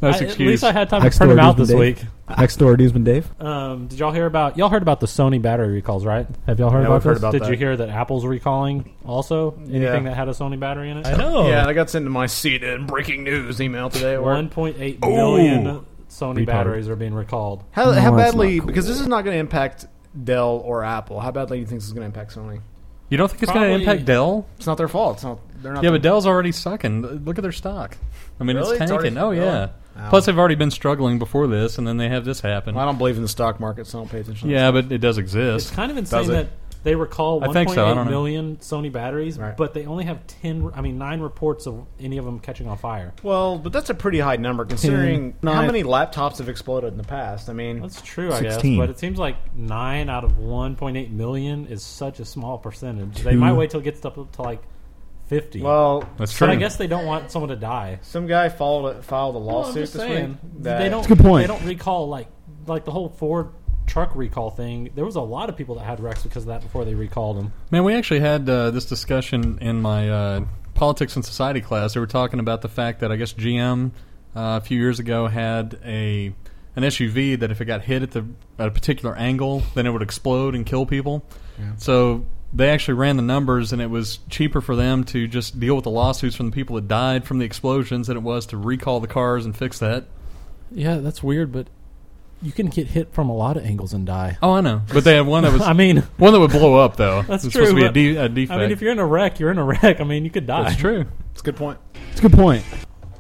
nice I- excuse. At least I had time to print them out this week. Next door, Duesman Dave. Um, did y'all hear about y'all heard about the Sony battery recalls, right? Have y'all heard Yeah, about we've heard this? about did that. you hear that Apple's recalling also anything Yeah. that had a Sony battery in it? Yeah, I got sent to my CNN breaking news email today. at work. 1.8 Oh. million Sony Retarded. batteries are being recalled. How, how No, it's badly? not cool. Because this is not going to impact Dell or Apple. How badly do you think this is going to impact Sony? you don't think it's going to Probably- impact Dell? It's not their fault. It's not. They're not. Yeah, the- but Dell's already sucking. Look at their stock. I mean, Really? it's It's already- tanking. oh yeah. Really? Plus, Ow. they've already been struggling before this, and then they have this happen. I don't believe in the stock market, so I don't pay attention. to yeah, but it does It's exist. kind of Does insane it? that they recall I think so, I 1.8 don't know. million Sony batteries, Right. but they only have 10, I mean, nine reports of any of them catching on fire. Well, but that's a pretty high number considering Ten, how nine. many laptops have exploded in the past. I mean, That's true, I guess, 16. but it seems like nine out of 1.8 million is such a small percentage. They might wait till it gets up to like 50. well, That's true. but I guess they don't want someone to die. some guy filed a, filed a No, I'm lawsuit just this saying, week. that- they don't. a good point. They don't recall like like the whole Ford truck recall thing. There was a lot of people that had wrecks because of that before they recalled them. Man, we actually had uh, this discussion in my uh, politics and society class. They were talking about the fact that I guess GM uh, a few years ago had a an SUV that if it got hit at the at a particular angle, then it would explode and kill people. So they actually ran the numbers, and it was cheaper for them to just deal with the lawsuits from the people that died from the explosions than it was to recall the cars and fix that. Yeah, that's weird, but you can get hit from a lot of angles and die. Oh, I know, but they had one that was I mean, one that would blow up though. that's it's true. Supposed to but- be a, de- a defect. I mean, if you're in a wreck, you're in a wreck. I mean, you could die. that's true. It's a good point. It's a good point.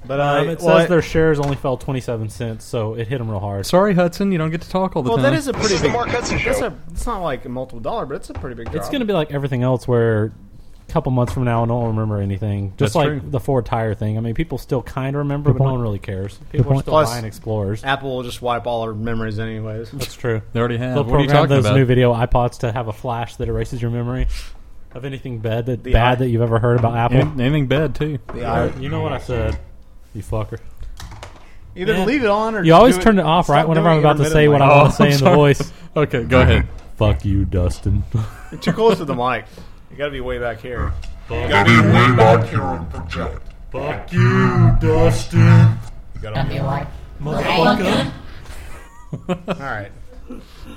But uh, Um, it well, says I- their shares only fell 27 cents, so it hit them real hard. Sorry, Hudson, you don't get to talk all the well, time. that is a pretty is the big. Mark Hudson that's Show. a. It's not like a multiple dollar, but it's a pretty big. It's drop. going to be like everything else where couple months from now, and no one will remember anything. That's Just like true. the Ford tire thing. I mean, people still kind of remember, Good but no point. one really cares. People are still Plus, buying Explorers. Apple will just wipe all our memories anyways. That's true. They already have. They'll What are you program talking those about? new video iPods to have a flash that erases your memory of anything bad that The bad i- that you've ever heard about Apple. Any- anything bad, too. You uh, The know- you know what I said, you fucker. Either leave it on or You always do turn it off right whenever I'm about to say what I want to say in the voice. Okay, go ahead. Fuck you, Dustin. You're too close to the mic. You gotta be way back here. You Gotta gotta be be way back way back here here and on project. project. Fuck you, Dustin. Gotta be like, motherfucker. Alright.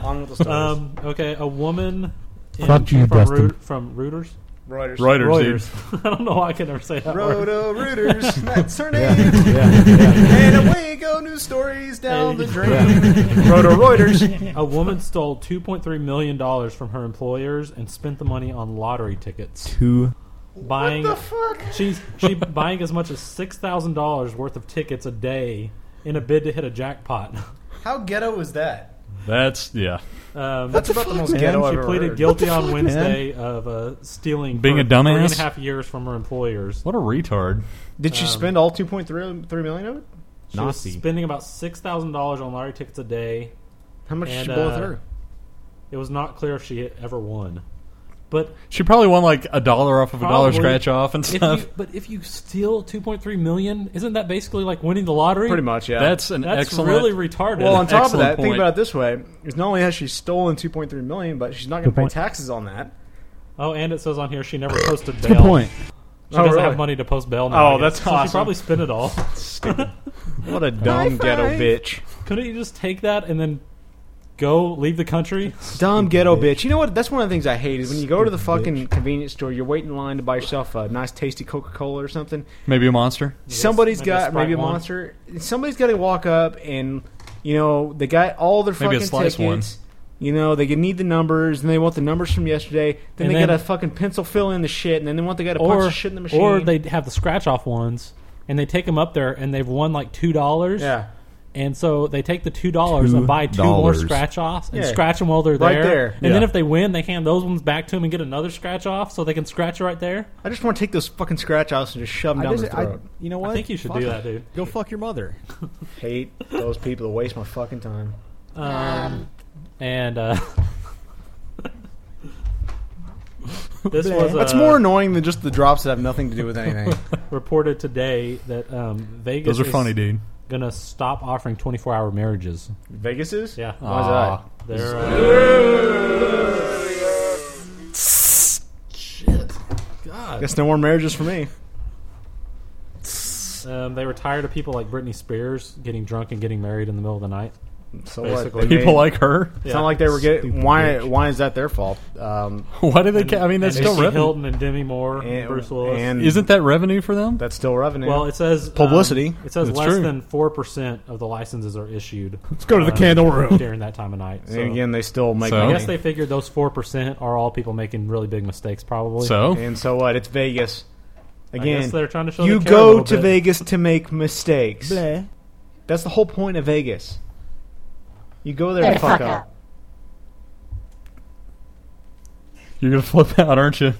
On with the stories. Um, okay, a woman. in- Fuck you, from Dustin. Reut- from Reuters. Reuters. Reuters, Reuters. I don't know why I can never say that. word. Roto Rooters, that's her name. And away go news stories down the drain. Roto Reuters. A woman stole 2.3 million dollars from her employers and spent the money on lottery tickets. Two. Buying what the fuck? She's she buying as much as six thousand dollars worth of tickets a day in a bid to hit a jackpot. How ghetto is that? That's, yeah. Um, That's about the most man? ghetto She I've ever pleaded heard. guilty What the on fuck, Wednesday of uh, stealing Being for a three and dumbass? a half years from her employers. What a retard. Did she Um, spend all 2.3 3 million of it? She was spending about six thousand dollars on lottery tickets a day. How much did And, she blow uh, through? It was not clear if she ever won. But She probably won like a dollar off of a dollar Probably. scratch off and If you- stuff. but if you steal two point three million, isn't that basically like winning the lottery? Pretty much, yeah. That's an That's excellent- really retarded. Well, on top of Excellent that, think point. about it this way: is not only has she stolen 2.3 million, but she's not going Good to pay point. taxes on that. Oh, and it says on here she never posted a bail. good point. She Oh, doesn't really? have money to post bail now. Oh, I guess. that's so She awesome. probably spent it all. What a dumb ghetto bitch. Couldn't you just take that and then go leave the country? Dumb ghetto bitch. You know what? That's one of the things I hate is when you go to the fucking convenience store, you're waiting in line to buy yourself a nice, tasty Coca Cola or something. Maybe a monster. somebody's maybe a got Sprite maybe a one. monster. Somebody's got to walk up and you know they got all their Maybe a fucking slice tickets. one. You know they need the numbers and they want the numbers from yesterday. Then And they got then- to fucking pencil fill in the shit and then they want they got to punch Or the shit in the machine. or they have the scratch off ones and they take them up there and they've won like two dollars. Yeah. And so they take the two dollars and buy two more $2. scratch offs and Yeah. scratch them while they're there. Right there. And then Yeah. if they win, they hand those ones back to them and get another scratch off so they can scratch it right there. I just want to take those fucking scratch offs and just shove them I down just- their I- throat. you know I what? think you should Fuck do it. that, dude. Go fuck your mother. Hate those people that waste my fucking time. Um, and uh, this was That's uh, more annoying than just the drops that have nothing to do with anything. reported today that um, Vegas Those are is funny, dude. Gonna stop offering twenty four hour marriages. Vegas is? Yeah. Why is that? They're, uh, God. Guess no more marriages for me. Um, they were tired of people like Britney Spears getting drunk and getting married in the middle of the night. So what? basically. They made- It's Yeah. not like they were getting. Stupid Why? bitch. Why is that their fault? Um, Why do they ca- I mean, that's and still Nicky revenue. Hilton and Demi Moore and, Bruce Willis. Isn't that revenue for them? That's still revenue. well, it says um, publicity. it says That's less true. than four percent of the licenses are issued. Let's go to the candle room. during that time of night. And again, they still make I money. guess they figured those four percent are all people making really big mistakes, probably. and so what? It's Vegas. Again, guess they're trying to show you they care a go little to bit. Vegas to make mistakes. That's the whole point of Vegas. You go there to fuck, up. You're gonna flip out, aren't you?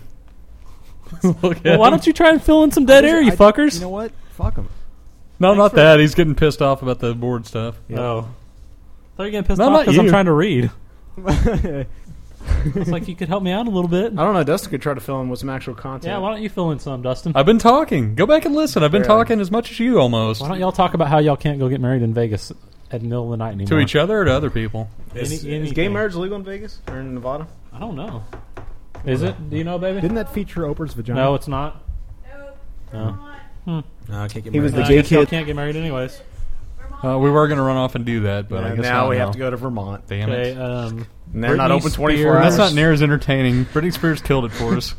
Look at Well, why him. don't you try and fill in some dead air, you fuckers? You know what? Fuck them. No, Thanks not for- that. He's getting pissed off about the board stuff. Oh. Thought you getting pissed No, off not because I'm you. trying to read. it's like you could help me out a little bit. I don't know. Dustin could try to fill in with some actual content. Yeah, why don't you fill in some, Dustin? I've been talking. Go back and listen. I've been Barely. talking as much as you almost Why don't y'all talk about how y'all can't go get married in Vegas at the middle of the night anymore? to each other or to other people. Is, Any- is gay anything. marriage legal in Vegas or in Nevada? I don't know. Is it? Do you know, baby? Didn't that feature Oprah's vagina? No, it's not. No. Hmm. No, I can't get He was Uh, I the gay guess y'all kid. can't get married anyways. Uh, we were going to run off and do that, but I And guess now not we now. have to go to Vermont. Damn Okay, it! um, And they're not Britney open 24 Spears- hours. That's not near as entertaining. Britney Spears killed it for us.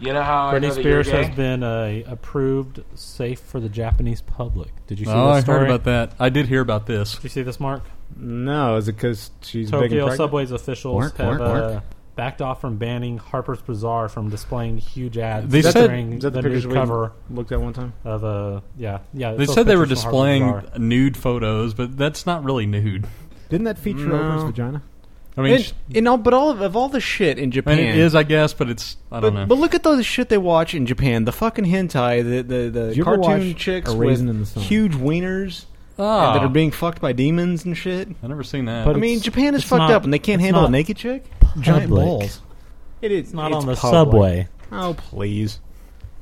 You know how I know Britney that you're Spears gay? has been uh, approved safe for the Japanese public. Did you see oh, this I story? heard about that. I did hear about this. Did you see this, Mark? No, is it because she's big and Tokyo pregnant? Subway's officials Work, have work, work. Uh, backed off from banning Harper's Bazaar from displaying huge ads They said- during Is that the the pictures new we cover looked at one time? of uh, yeah, yeah. They those said they were pictures from Harper's displaying Bazaar. nude photos, but that's not really nude. Didn't that feature No. Oprah's vagina? I mean, And- sh- and all, but all of, of all the shit in I Japan mean, it is, I guess, but it's I don't but, know. but look at the shit they watch in Japan. The fucking hentai, the the, the You ever cartoon watch chicks A with Raisin in the Sun? huge wieners Ah. and that are being fucked by demons and shit. I never seen that. I mean, Japan is fucked up, and they can't handle a naked chick. Giant balls. It is It's not it's on the public. subway. Oh please,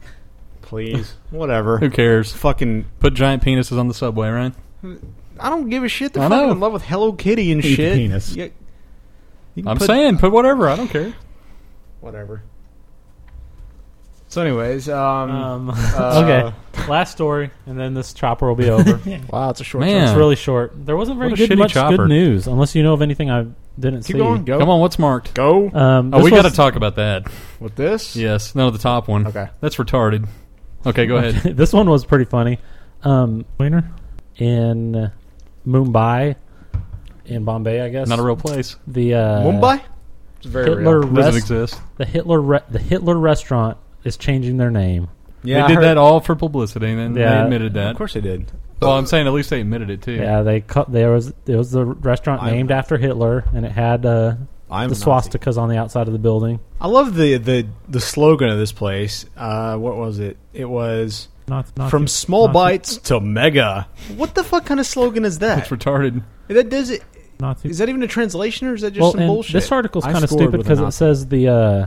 please, whatever. Who cares? Fucking put giant penises on the subway, right? I don't give a shit. They're I fucking know. in love with Hello Kitty and Eat the shit. penis. Yeah. You can I'm put- saying, put whatever. I don't care. whatever. So, anyways, um, Um, Mm. uh, okay, last story, and then this chopper will be over. Wow, it's a short Man, Man. it's really short. There wasn't What very a good, shitty much chopper. good news, unless you know of anything I didn't see. Keep going. Go. Come on, what's marked? Go. Um, oh, this we was- got to talk about that. With this? Yes. No, the top one. Okay. That's retarded. Okay, go ahead. this one was pretty funny. Um, Wiener in Mumbai, in Bombay, I guess. Not a real place. The uh, Mumbai? It's very Hitler real. Doesn't rest- exist. The Hitler re- the Hitler restaurant is changing their name. they did that all for publicity, and then Yeah. they admitted that. Of course they did. Well, I'm saying at least they admitted it too. Yeah, they cut. There was there was the restaurant I'm- named after Hitler, and it had uh, I'm the a Nazi. swastikas on the outside of the building. I love the, the, the slogan of this place. Uh, what was it? It was Nazi- Nazi- from small Nazi- bites to mega. What the fuck kind of slogan is that? It's retarded. That does it. Nazi. Is that even a translation, or is that just well, some and bullshit? this article's I kind of scored stupid with a because it Nazi. says the uh,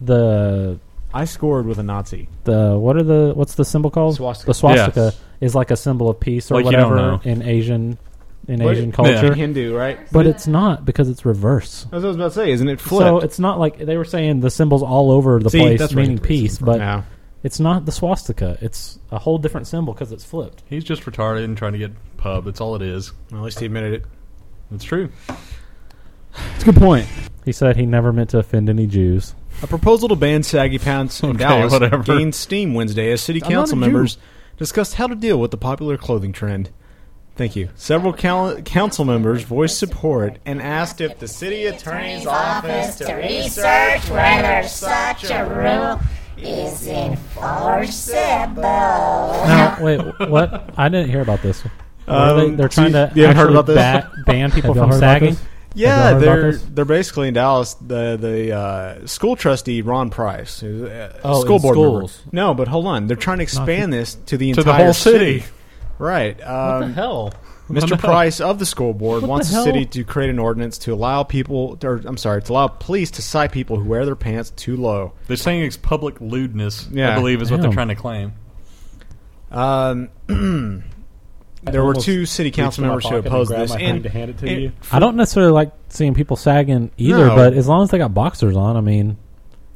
the I scored with a Nazi. the what are the what's the symbol called? Swastika. The swastika Yes. is like a symbol of peace or Like you don't whatever know. in Asian in But- Asian Yeah. culture. Hindu, right? But it's not because it's reverse. That's what I was about to say. Isn't it flipped? So it's not like they were saying the symbols all over the See, place that's where meaning the reason peace, for but it. No. it's not the swastika. It's a whole different symbol because it's flipped. He's just retarded and trying to get pub. That's all it is. at least he admitted it. It's true. It's a good point. He said he never meant to offend any Jews. A proposal to ban saggy pants in Okay, Dallas whatever. gained steam Wednesday as city I'm not council a Jew. members discussed how to deal with the popular clothing trend. Thank you. Several cal- council members voiced support and asked if the city attorney's office to research whether such a rule is enforceable. Now, wait, what? I didn't hear about this. Were they, Um, they're trying so to you haven't heard actually about this? ba- ban people Have y'all from heard about sagging. this? Yeah, Have y'all heard about they're this? they're basically in Dallas. The the uh, school trustee Ron Price, who's a Oh, school in board schools. member. No, but hold on, they're trying to expand the- this to the To entire the whole city. Right? Um, the hell? I know. Mr. Price of the school board What wants the the, hell? city to create an ordinance to allow people, or I'm sorry, to allow police to cite people who wear their pants too low. They're saying it's public lewdness. I Yeah. believe is what Damn. they're trying to claim. Um, there were almost two city council members reached who in my pocket opposed and grabbed this. my and- hand to hand it to and- you. I don't necessarily like seeing people sagging either, No. but as long as they got boxers on, I mean,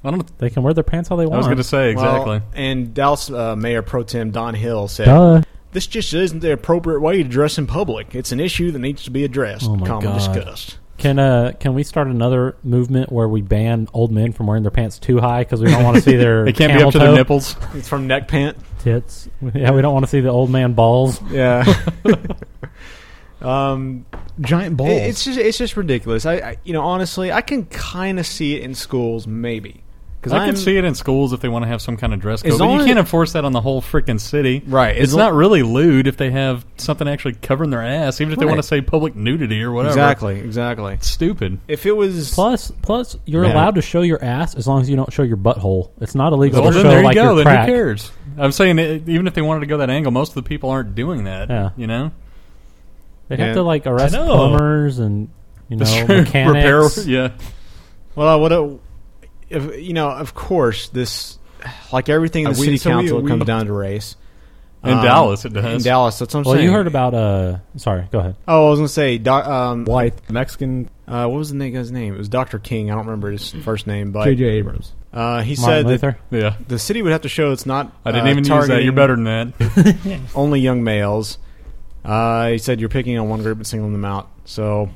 I don't. They can wear their pants all they want. Well, and Dallas uh, Mayor Pro Tem Don Hill said, Duh. "This just isn't the appropriate way to dress in public. It's an issue that needs to be addressed, Oh my comma God. discussed." Can uh can we start another movement where we ban old men from wearing their pants too high because we don't want to see their They can't be camel up to their toe? nipples. It's from neck pant. tits. Yeah, we don't want to see the old man balls. Yeah. um, Giant balls. it- it's just it's just ridiculous. I, I you know honestly, I can kind of see it in schools maybe because I can see it in schools if they want to have some kind of dress As code. But long you as- can't enforce that on the whole freaking city. Right, as It's lo- not really lewd if they have something actually covering their ass, even if they Right. want to say public nudity or whatever. Exactly, exactly. It's stupid. If it was plus plus You're Yeah. allowed to show your ass as long as you don't show your butthole. It's not illegal Well, to then show there you like go. your Then crack. who cares? I'm saying that even if they wanted to go that angle, most of the people aren't doing that. Yeah. You know, They'd have to like arrest I know. plumbers and you That's know true. mechanics. Repair- yeah. Well, what a, if you know, of course, this like everything in Uh, the we- city so we- council we- comes down to race. Um, In Dallas, it does. In Dallas, that's what I'm well, saying. you heard about uh sorry, go ahead. Oh, I was gonna say, doc, um, White Mexican. Mm. Uh, what was the na- guy's name? It was Dr. King. I don't remember his first name, but J.J. Abrams. Uh, Martin he said Luther? that yeah. the city would have to show it's not. I didn't uh, even use that. You're targeting better than that. only young males. Uh, he said you're picking on one group and singling them out. So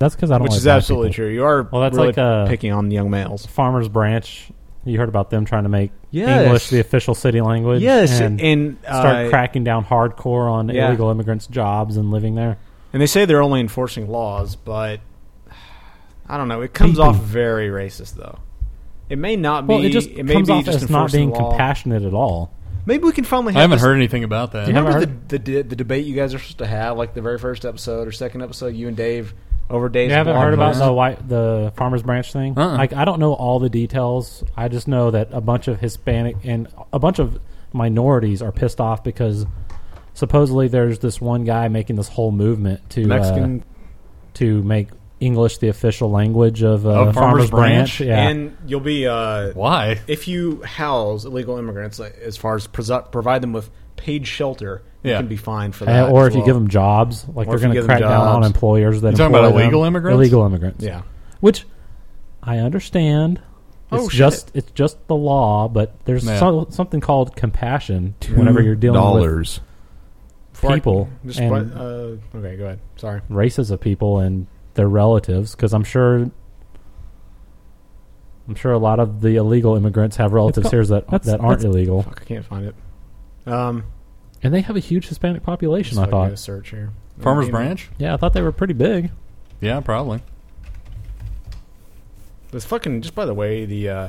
That's 'cause I don't which like is black absolutely people. true. You are Well, that's really like, uh, picking on young males. Farmers Branch. You heard about them trying to make Yes. English the official city language. Yes, and, and, start uh, cracking down hardcore on Yeah. illegal immigrants' jobs and living there. And they say they're only enforcing laws, but I don't know. It comes People. off very racist, though. It may not be. well, it just may comes be off just as not enforcing being the law. compassionate at all. Maybe we can finally. I Have haven't this- heard anything about that. Do you You haven't remember the, the de- the debate you guys are supposed to have, like the very first episode or second episode? You and Dave over days. You haven't of heard about blonde the hair. white the farmers branch thing? Uh-uh. Like I don't know all the details. I just know that a bunch of Hispanic and a bunch of minorities are pissed off because supposedly there's this one guy making this whole movement to uh, Mexican- to make English the official language of, uh, Of Farmers Branch? Yeah. And you'll be uh, why if you house illegal immigrants like, as far as preso- provide them with paid shelter, you Yeah. can be fined for Uh, that. or as if you well. give them jobs, like Or they're if you going to give them crack down on jobs. employers that You talking employ about them. illegal immigrants? Illegal immigrants, Yeah. Which I understand. It's Oh, shit. just it's just the law, but there's Yeah. Mm. so, something called compassion Two whenever you're dealing dollars. with people Just and put- uh, okay, go ahead. Sorry. races of people and their relatives, because I'm sure. I'm sure a lot of the illegal immigrants have relatives called- here that that's- that aren't that's- illegal, Fuck, I can't find it. Um, and they have a huge Hispanic population. I Just fucking thought go search here. Farmers Maybe- Branch? Yeah, I thought they were pretty big. Yeah, probably. This fucking just by the way, the uh,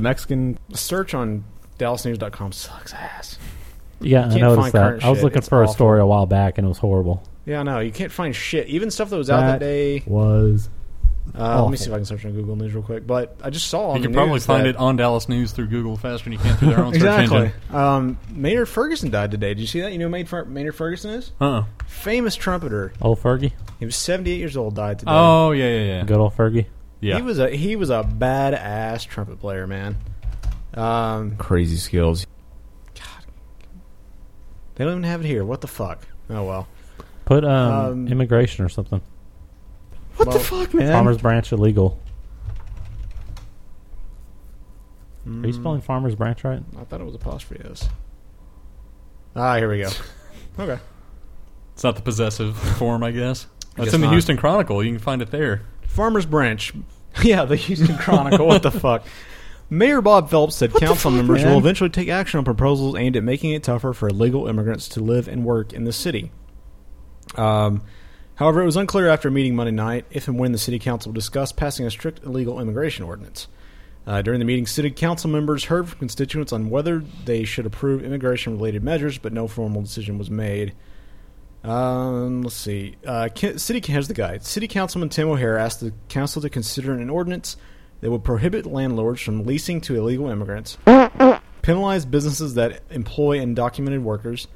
Mexican search on DallasNews.com sucks ass. Yeah, You I can't noticed find that. current I was shit. looking It's for a awful. story a while back, and it was horrible. Yeah, no, you can't find shit. Even stuff that was out that day. was. Uh, let awful. me see if I can search on Google News real quick. But I just saw on You the can probably news find that- it on Dallas News through Google faster than you can through their own search exactly. engine. Um, Maynard Ferguson died today. Did you see that? You know who Maynard Fer- Maynard Ferguson is? Uh-uh. Famous trumpeter. Old Fergie. He was 78 years old, died today. Oh yeah, yeah, yeah. Good old Fergie. Yeah. He was a he was a badass trumpet player, man. Um, Crazy skills. they don't even have it here. What the fuck? Oh well. Put um, Um, immigration or something. What the fuck, man? Farmers Branch illegal. Hmm. Are you spelling Farmers Branch right? I thought it was apostrophe S. Ah, here we go. okay. It's not the possessive form, I guess. That's guess in the not. Houston Chronicle. You can find it there. Farmers Branch. yeah, the Houston Chronicle. what the fuck? Mayor Bob Phelps said council members man? will eventually take action on proposals aimed at making it tougher for illegal immigrants to live and work in the city. Um, however, it was unclear after a meeting Monday night if and when the city council will discuss passing a strict illegal immigration ordinance. Uh, during the meeting, city council members heard from constituents on whether they should approve immigration related measures, but no formal decision was made. Um, let's see. Uh, Ki- city here's the guy. City Councilman Tim O'Hare asked the council to consider an ordinance that would prohibit landlords from leasing to illegal immigrants, penalize businesses that employ undocumented workers,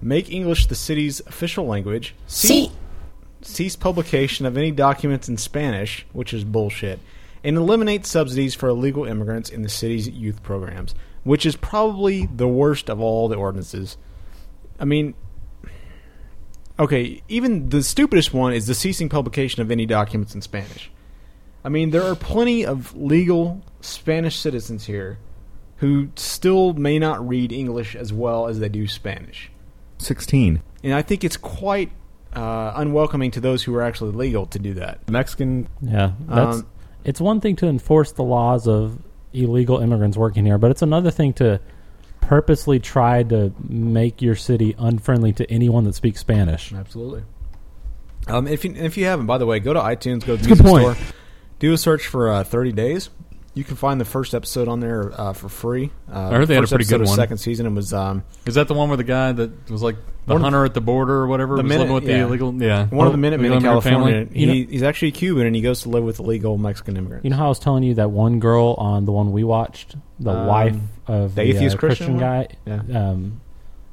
make English the city's official language, cease, cease publication of any documents in Spanish, which is bullshit, and eliminate subsidies for illegal immigrants in the city's youth programs, which is probably the worst of all the ordinances. I mean, okay, even the stupidest one is the ceasing publication of any documents in Spanish. I mean, there are plenty of legal Spanish citizens here who still may not read English as well as they do Spanish. Sixteen. And I think it's quite uh, unwelcoming to those who are actually legal to do that. Mexican. Yeah, that's Um, it's one thing to enforce the laws of illegal immigrants working here, but it's another thing to purposely try to make your city unfriendly to anyone that speaks Spanish. Absolutely. Um, if you if you haven't, by the way, go to iTunes, go to the That's a music good point. store, do a search for uh, Thirty Days. You can find the first episode on there uh, for free. Uh, I heard they had a first pretty episode good of one. Second season, it was um, Is that the one where the guy that was like the One of- hunter at the border or whatever the was minute, living with yeah. the illegal? Yeah, one of the Minutemen in Illegal immigrant California. family? He, He's actually Cuban, and he goes to live with illegal Mexican immigrants. You know how I was telling you that one girl on the one we watched, the Um, wife of the the, atheist uh, Christian Christian, one? guy. Um,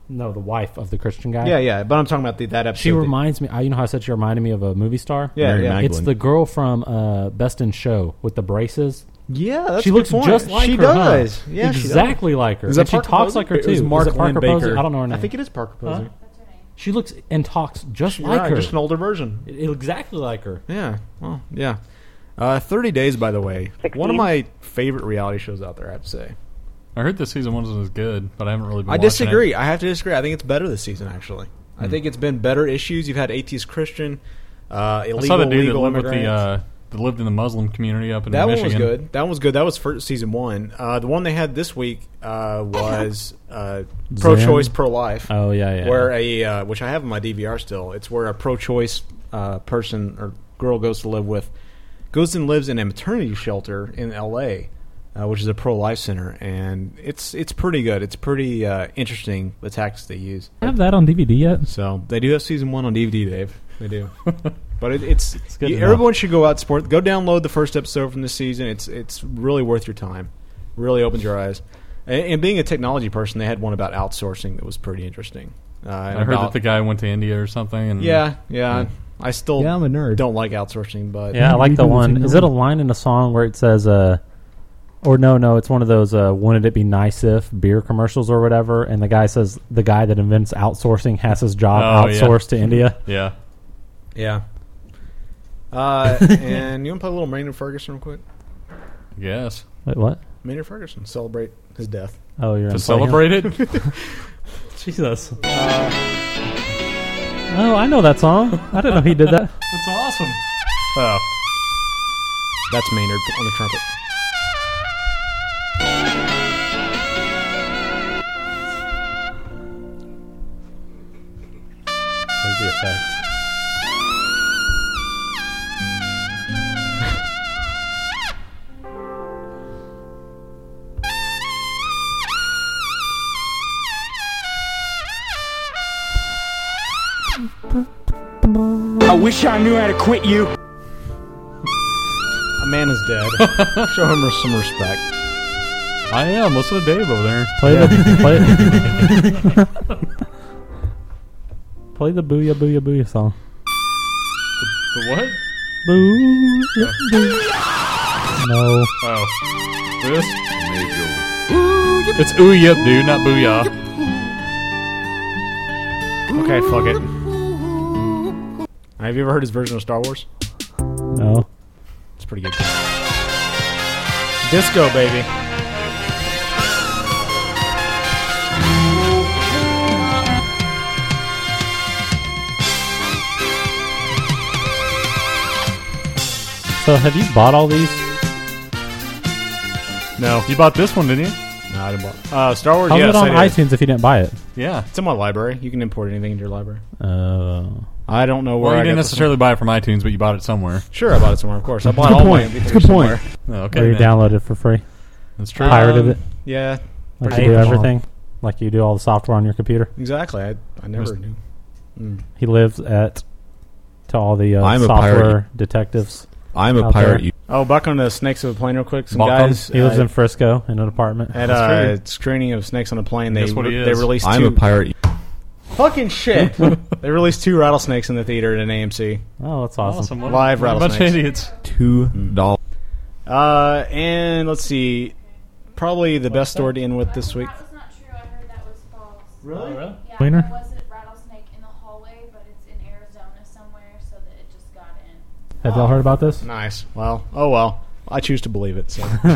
no, the wife of the Christian guy. Yeah, yeah. But I'm talking about the, that episode. She that- reminds me. I, you know how I said she reminded me of a movie star. Yeah, Mary yeah. Magdalene. It's the girl from uh, Best in Show with the braces. yeah, Oh, that's she a good looks point. just like she her. huh? Does. Yeah, she does. exactly like her. Is and that she Parker talks Posey? like her It too. was Is Mark it Parker Lynn Posey? Baker. I don't know her I name. think it is Parker Posey. Huh? She looks and talks just You're like right, her. just an older version. I- exactly like her. Yeah. Well, yeah. Uh, 30 Days, by the way. One of my favorite reality shows out there, I have to say. I heard this season one was good, but I haven't really. Been I watching it. Hmm. disagree. I have to disagree. I think it's better this season, actually. I think it's been better issues. You've had atheist Christian, uh, illegal, I saw the dude that legal lived with the immigrants. uh, that lived in the Muslim community up in that Michigan. one was good. That one was good. That was first season one. Uh, the one they had this week uh, was uh, pro-choice, Zen. pro-life. Oh, yeah, yeah. Where a uh, which I have in my DVR still. It's where a pro-choice uh, person or girl goes to live with, goes and lives in a maternity shelter in L.A., uh, which is a pro-life center, and it's it's pretty good. It's pretty uh, interesting the tactics they use. I have that on DVD yet. So they do have season one on DVD, Dave. They do. But it, it's, good you- to know. everyone should go out and support. Go download the first episode from this season. It's it's really worth your time. Really opens your eyes. And, and being a technology person, they had one about outsourcing that was pretty interesting. Uh, I and heard about- that the guy went to India or something. And yeah, Mm. yeah. I still Yeah, I'm a nerd. Don't like outsourcing, but Yeah, I like the one. Is it a line in a song where it says, uh, or no, no, it's one of those, uh, wouldn't it be nice if beer commercials or whatever? And the guy says, the guy that invents outsourcing has his job Oh, yeah. outsourced to India. Yeah. Yeah. Uh, and you want to play a little Maynard Ferguson real quick? Yes. Wait, what? Maynard Ferguson celebrate his death. Oh, you're To on celebrate it? Jesus. oh, I know that song. I didn't know he did that. That's awesome. Oh, that's Maynard on the trumpet. There's the effect. I wish I knew how to quit you. A man is dead. Show him some respect. I am. Listen to Dave over there. Play the play. play the booyah booyah booyah song. The what? Boo. No. Oh. This? It's ooh yep, dude, not booyah. Okay, fuck it. Have you ever heard his version of Star Wars? No. It's pretty good. Disco, baby. So have you bought all these? No. Oh, You bought this one, didn't you? No, I didn't buy uh, Star Wars. How's yes, it on I did. iTunes if you didn't buy it? Yeah, it's in my library. You can import anything into your library. Oh. I don't know where Well, I you got didn't this necessarily buy it from iTunes, but you bought it somewhere. Sure, I bought it somewhere. Of course, I bought all my MP3s somewhere. Oh, Or okay. you then. downloaded it for free. That's true. Pirated Um, it. yeah, Like pretty you do much. everything. Like you do all the software on your computer. Exactly. I, I never knew. Mm. He lives at to all the uh, I'm a pirate. software detectives. I'm out there. Oh, back on the Snakes of a Plane real quick. Some Balcom. guys. He lives uh, in Frisco in an apartment. at uh, screening of Snakes on a Plane. They Guess what he re- they is. released. I'm two, a pirate. Fucking shit! they released two rattlesnakes in the theater at an AMC. Oh, that's awesome. Awesome. What a- Live what a bunch rattlesnakes. of idiots. Two dollars. Uh, and let's see, probably the best story to end with this week. Really? Yeah, Cleaner? there was a rattlesnake in the hallway, but it's in Arizona somewhere, so that it just got in. Have y'all heard about this? Nice. Well, oh well. I choose to believe it. So it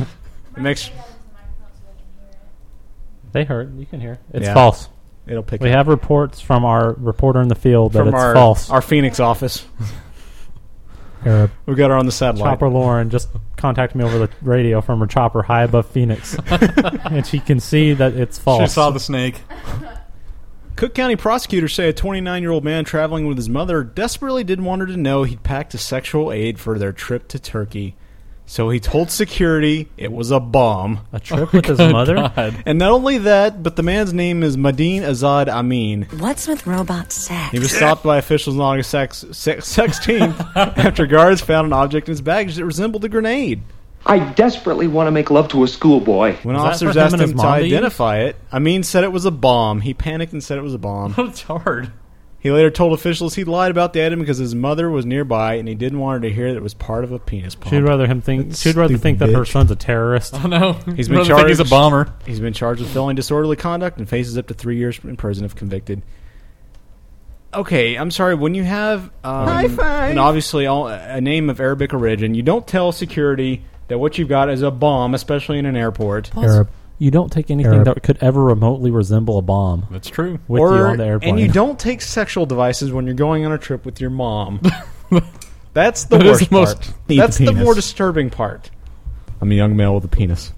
makes They heard. You can hear. It's Yeah. false. It'll pick We up. have reports from our reporter in the field that from it's our false. our Phoenix office. Or We got her on the satellite. Chopper Lauren just contacted me over the radio from her chopper high above Phoenix, and she can see that it's false. She saw the snake. Cook County prosecutors say a 29 year old man traveling with his mother desperately didn't want her to know he'd packed a sexual aid for their trip to Turkey. So he told security it was a bomb. A trip with Oh, his mother? God. And not only that, but the man's name is Madin Azad Amin. What's with robot sex? He was stopped by officials on August sex, sex, 16th after guards found an object in his baggage that resembled a grenade. I desperately want to make love to a schoolboy. When officers asked him, to identify it, Amin said it was a bomb. He panicked and said it was a bomb. It's hard. He later told officials he lied about the item because his mother was nearby and he didn't want her to hear that it was part of a penis pump. She'd rather him think. She'd rather think that her son's a terrorist. I know. He's Rather been think charged. he's a bomber. He's been charged with felony disorderly conduct and faces up to three years in prison if convicted. Okay, I'm sorry. When you have um, High five. and obviously all, a name of Arabic origin, you don't tell security that what you've got is a bomb, especially in an airport. Arab. You don't take anything Arab. that could ever remotely resemble a bomb. That's true. With Or- you on the airplane. And you don't take sexual devices when you're going on a trip with your mom. That's the That is worst the most- part. Eat the That's the, penis. more disturbing part. I'm a young male with a penis.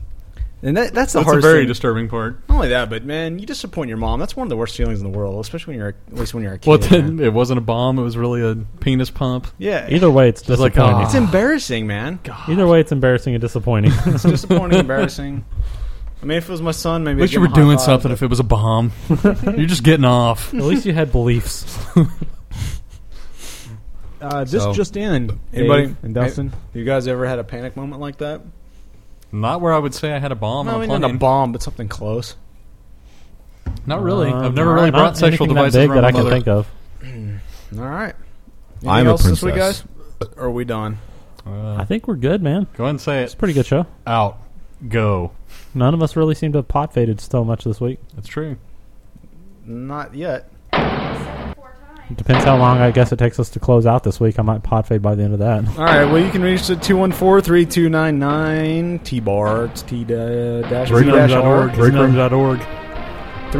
And that, that's the That's a hardest very thing. disturbing part. Not only that, but man, you disappoint your mom. That's one of the worst feelings in the world, especially when you're a- at least when you're a kid. Well, man. then it wasn't a bomb. It was really a penis pump. Yeah. Either way, it's Just like, disappointing. "Oh, It's embarrassing, man. Either way, it's embarrassing and disappointing. It's disappointing, embarrassing. I mean, if it was my son, maybe. At least I'd you were give him a high doing five, something if it was a bomb. You're just getting off. At least you had beliefs. but- Uh, this So- just in. Dave Anybody and Dustin? You guys ever had a panic moment like that? Not where I would say I had a bomb No, I on a mean, not plane. a bomb, but something close. Not really. Um, I've never not- really not brought sexual anything that devices big around that my I can mother. think of. All right. Anything I'm a else this week, princess. guys? Or are we done? Uh, I think we're good, man. Go ahead and say it. It's a pretty good show. Out. Go. None of us really seem to have pot faded so much this week. That's true. Not yet. It depends how long I guess it takes us to close out this week. I might pot fade by the end of that. All right. Well, you can reach the 214-3299 T-bar. It's T uh, dash Z dash R. Breakroom.org.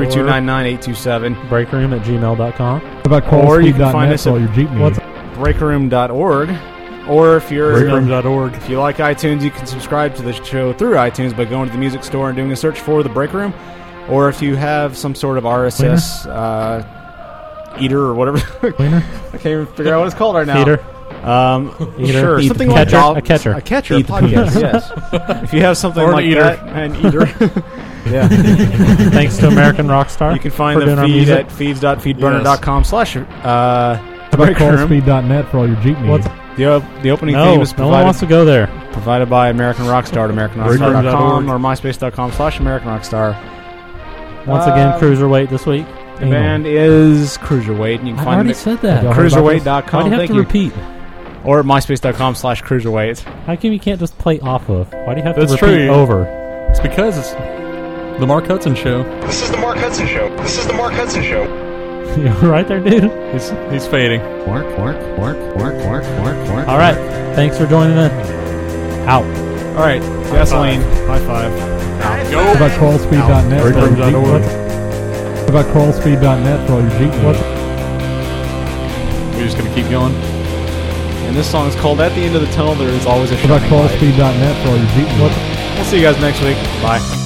3299-827. Breakroom at gmail.com. What about Or you can find us at What's breakroom.org. Or if you're Breakroom.org. if you like iTunes, you can subscribe to the show through iTunes by going to the music store and doing a search for the Break Room. Or if you have some sort of RSS uh, eater or whatever, I can't even figure out what it's called right now. Feeder. Um, Eater. sure, Eat. something Catcher. like A catcher. a catcher Eat. podcast. yes, if you have something Or an like eater. that, an eater. yeah. Thanks to American Rockstar. You can find for the doing our feed music. at feeds.feedburner.com slash. Uh, break room. CallSpeed.net for all your Jeep needs? What's- The, op- the opening No, theme is no provided, one wants to go there. provided by American Rockstar at AmericanRockstar.com or MySpace.com slash American Rockstar. Once Uh, again, Cruiserweight this week. The band is Cruiserweight, and you can I find already it at said that. Cruiserweight.com. Why do you have Thank to repeat? Or at MySpace.com slash Cruiserweight. How come you can't just play off of? Why do you have That's to repeat true. over? It's because it's the Mark Hudson show. This is the Mark Hudson Show. This is the Mark Hudson Show. You're right there, dude. He's he's fading. Work, work, work, work, work, work, work. All right. Thanks for joining in. Out. All right. Gasoline. High five. What about CrawlSpeed.net for all your Jeep Breakroom.org. needs? What about CrawlSpeed.net for all your Jeep needs? We're just gonna keep going. And this song is called At the End of the Tunnel, There is Always a What about Shining Light. CrawlSpeed.net for all your Jeep needs? We'll see you guys next week. Bye.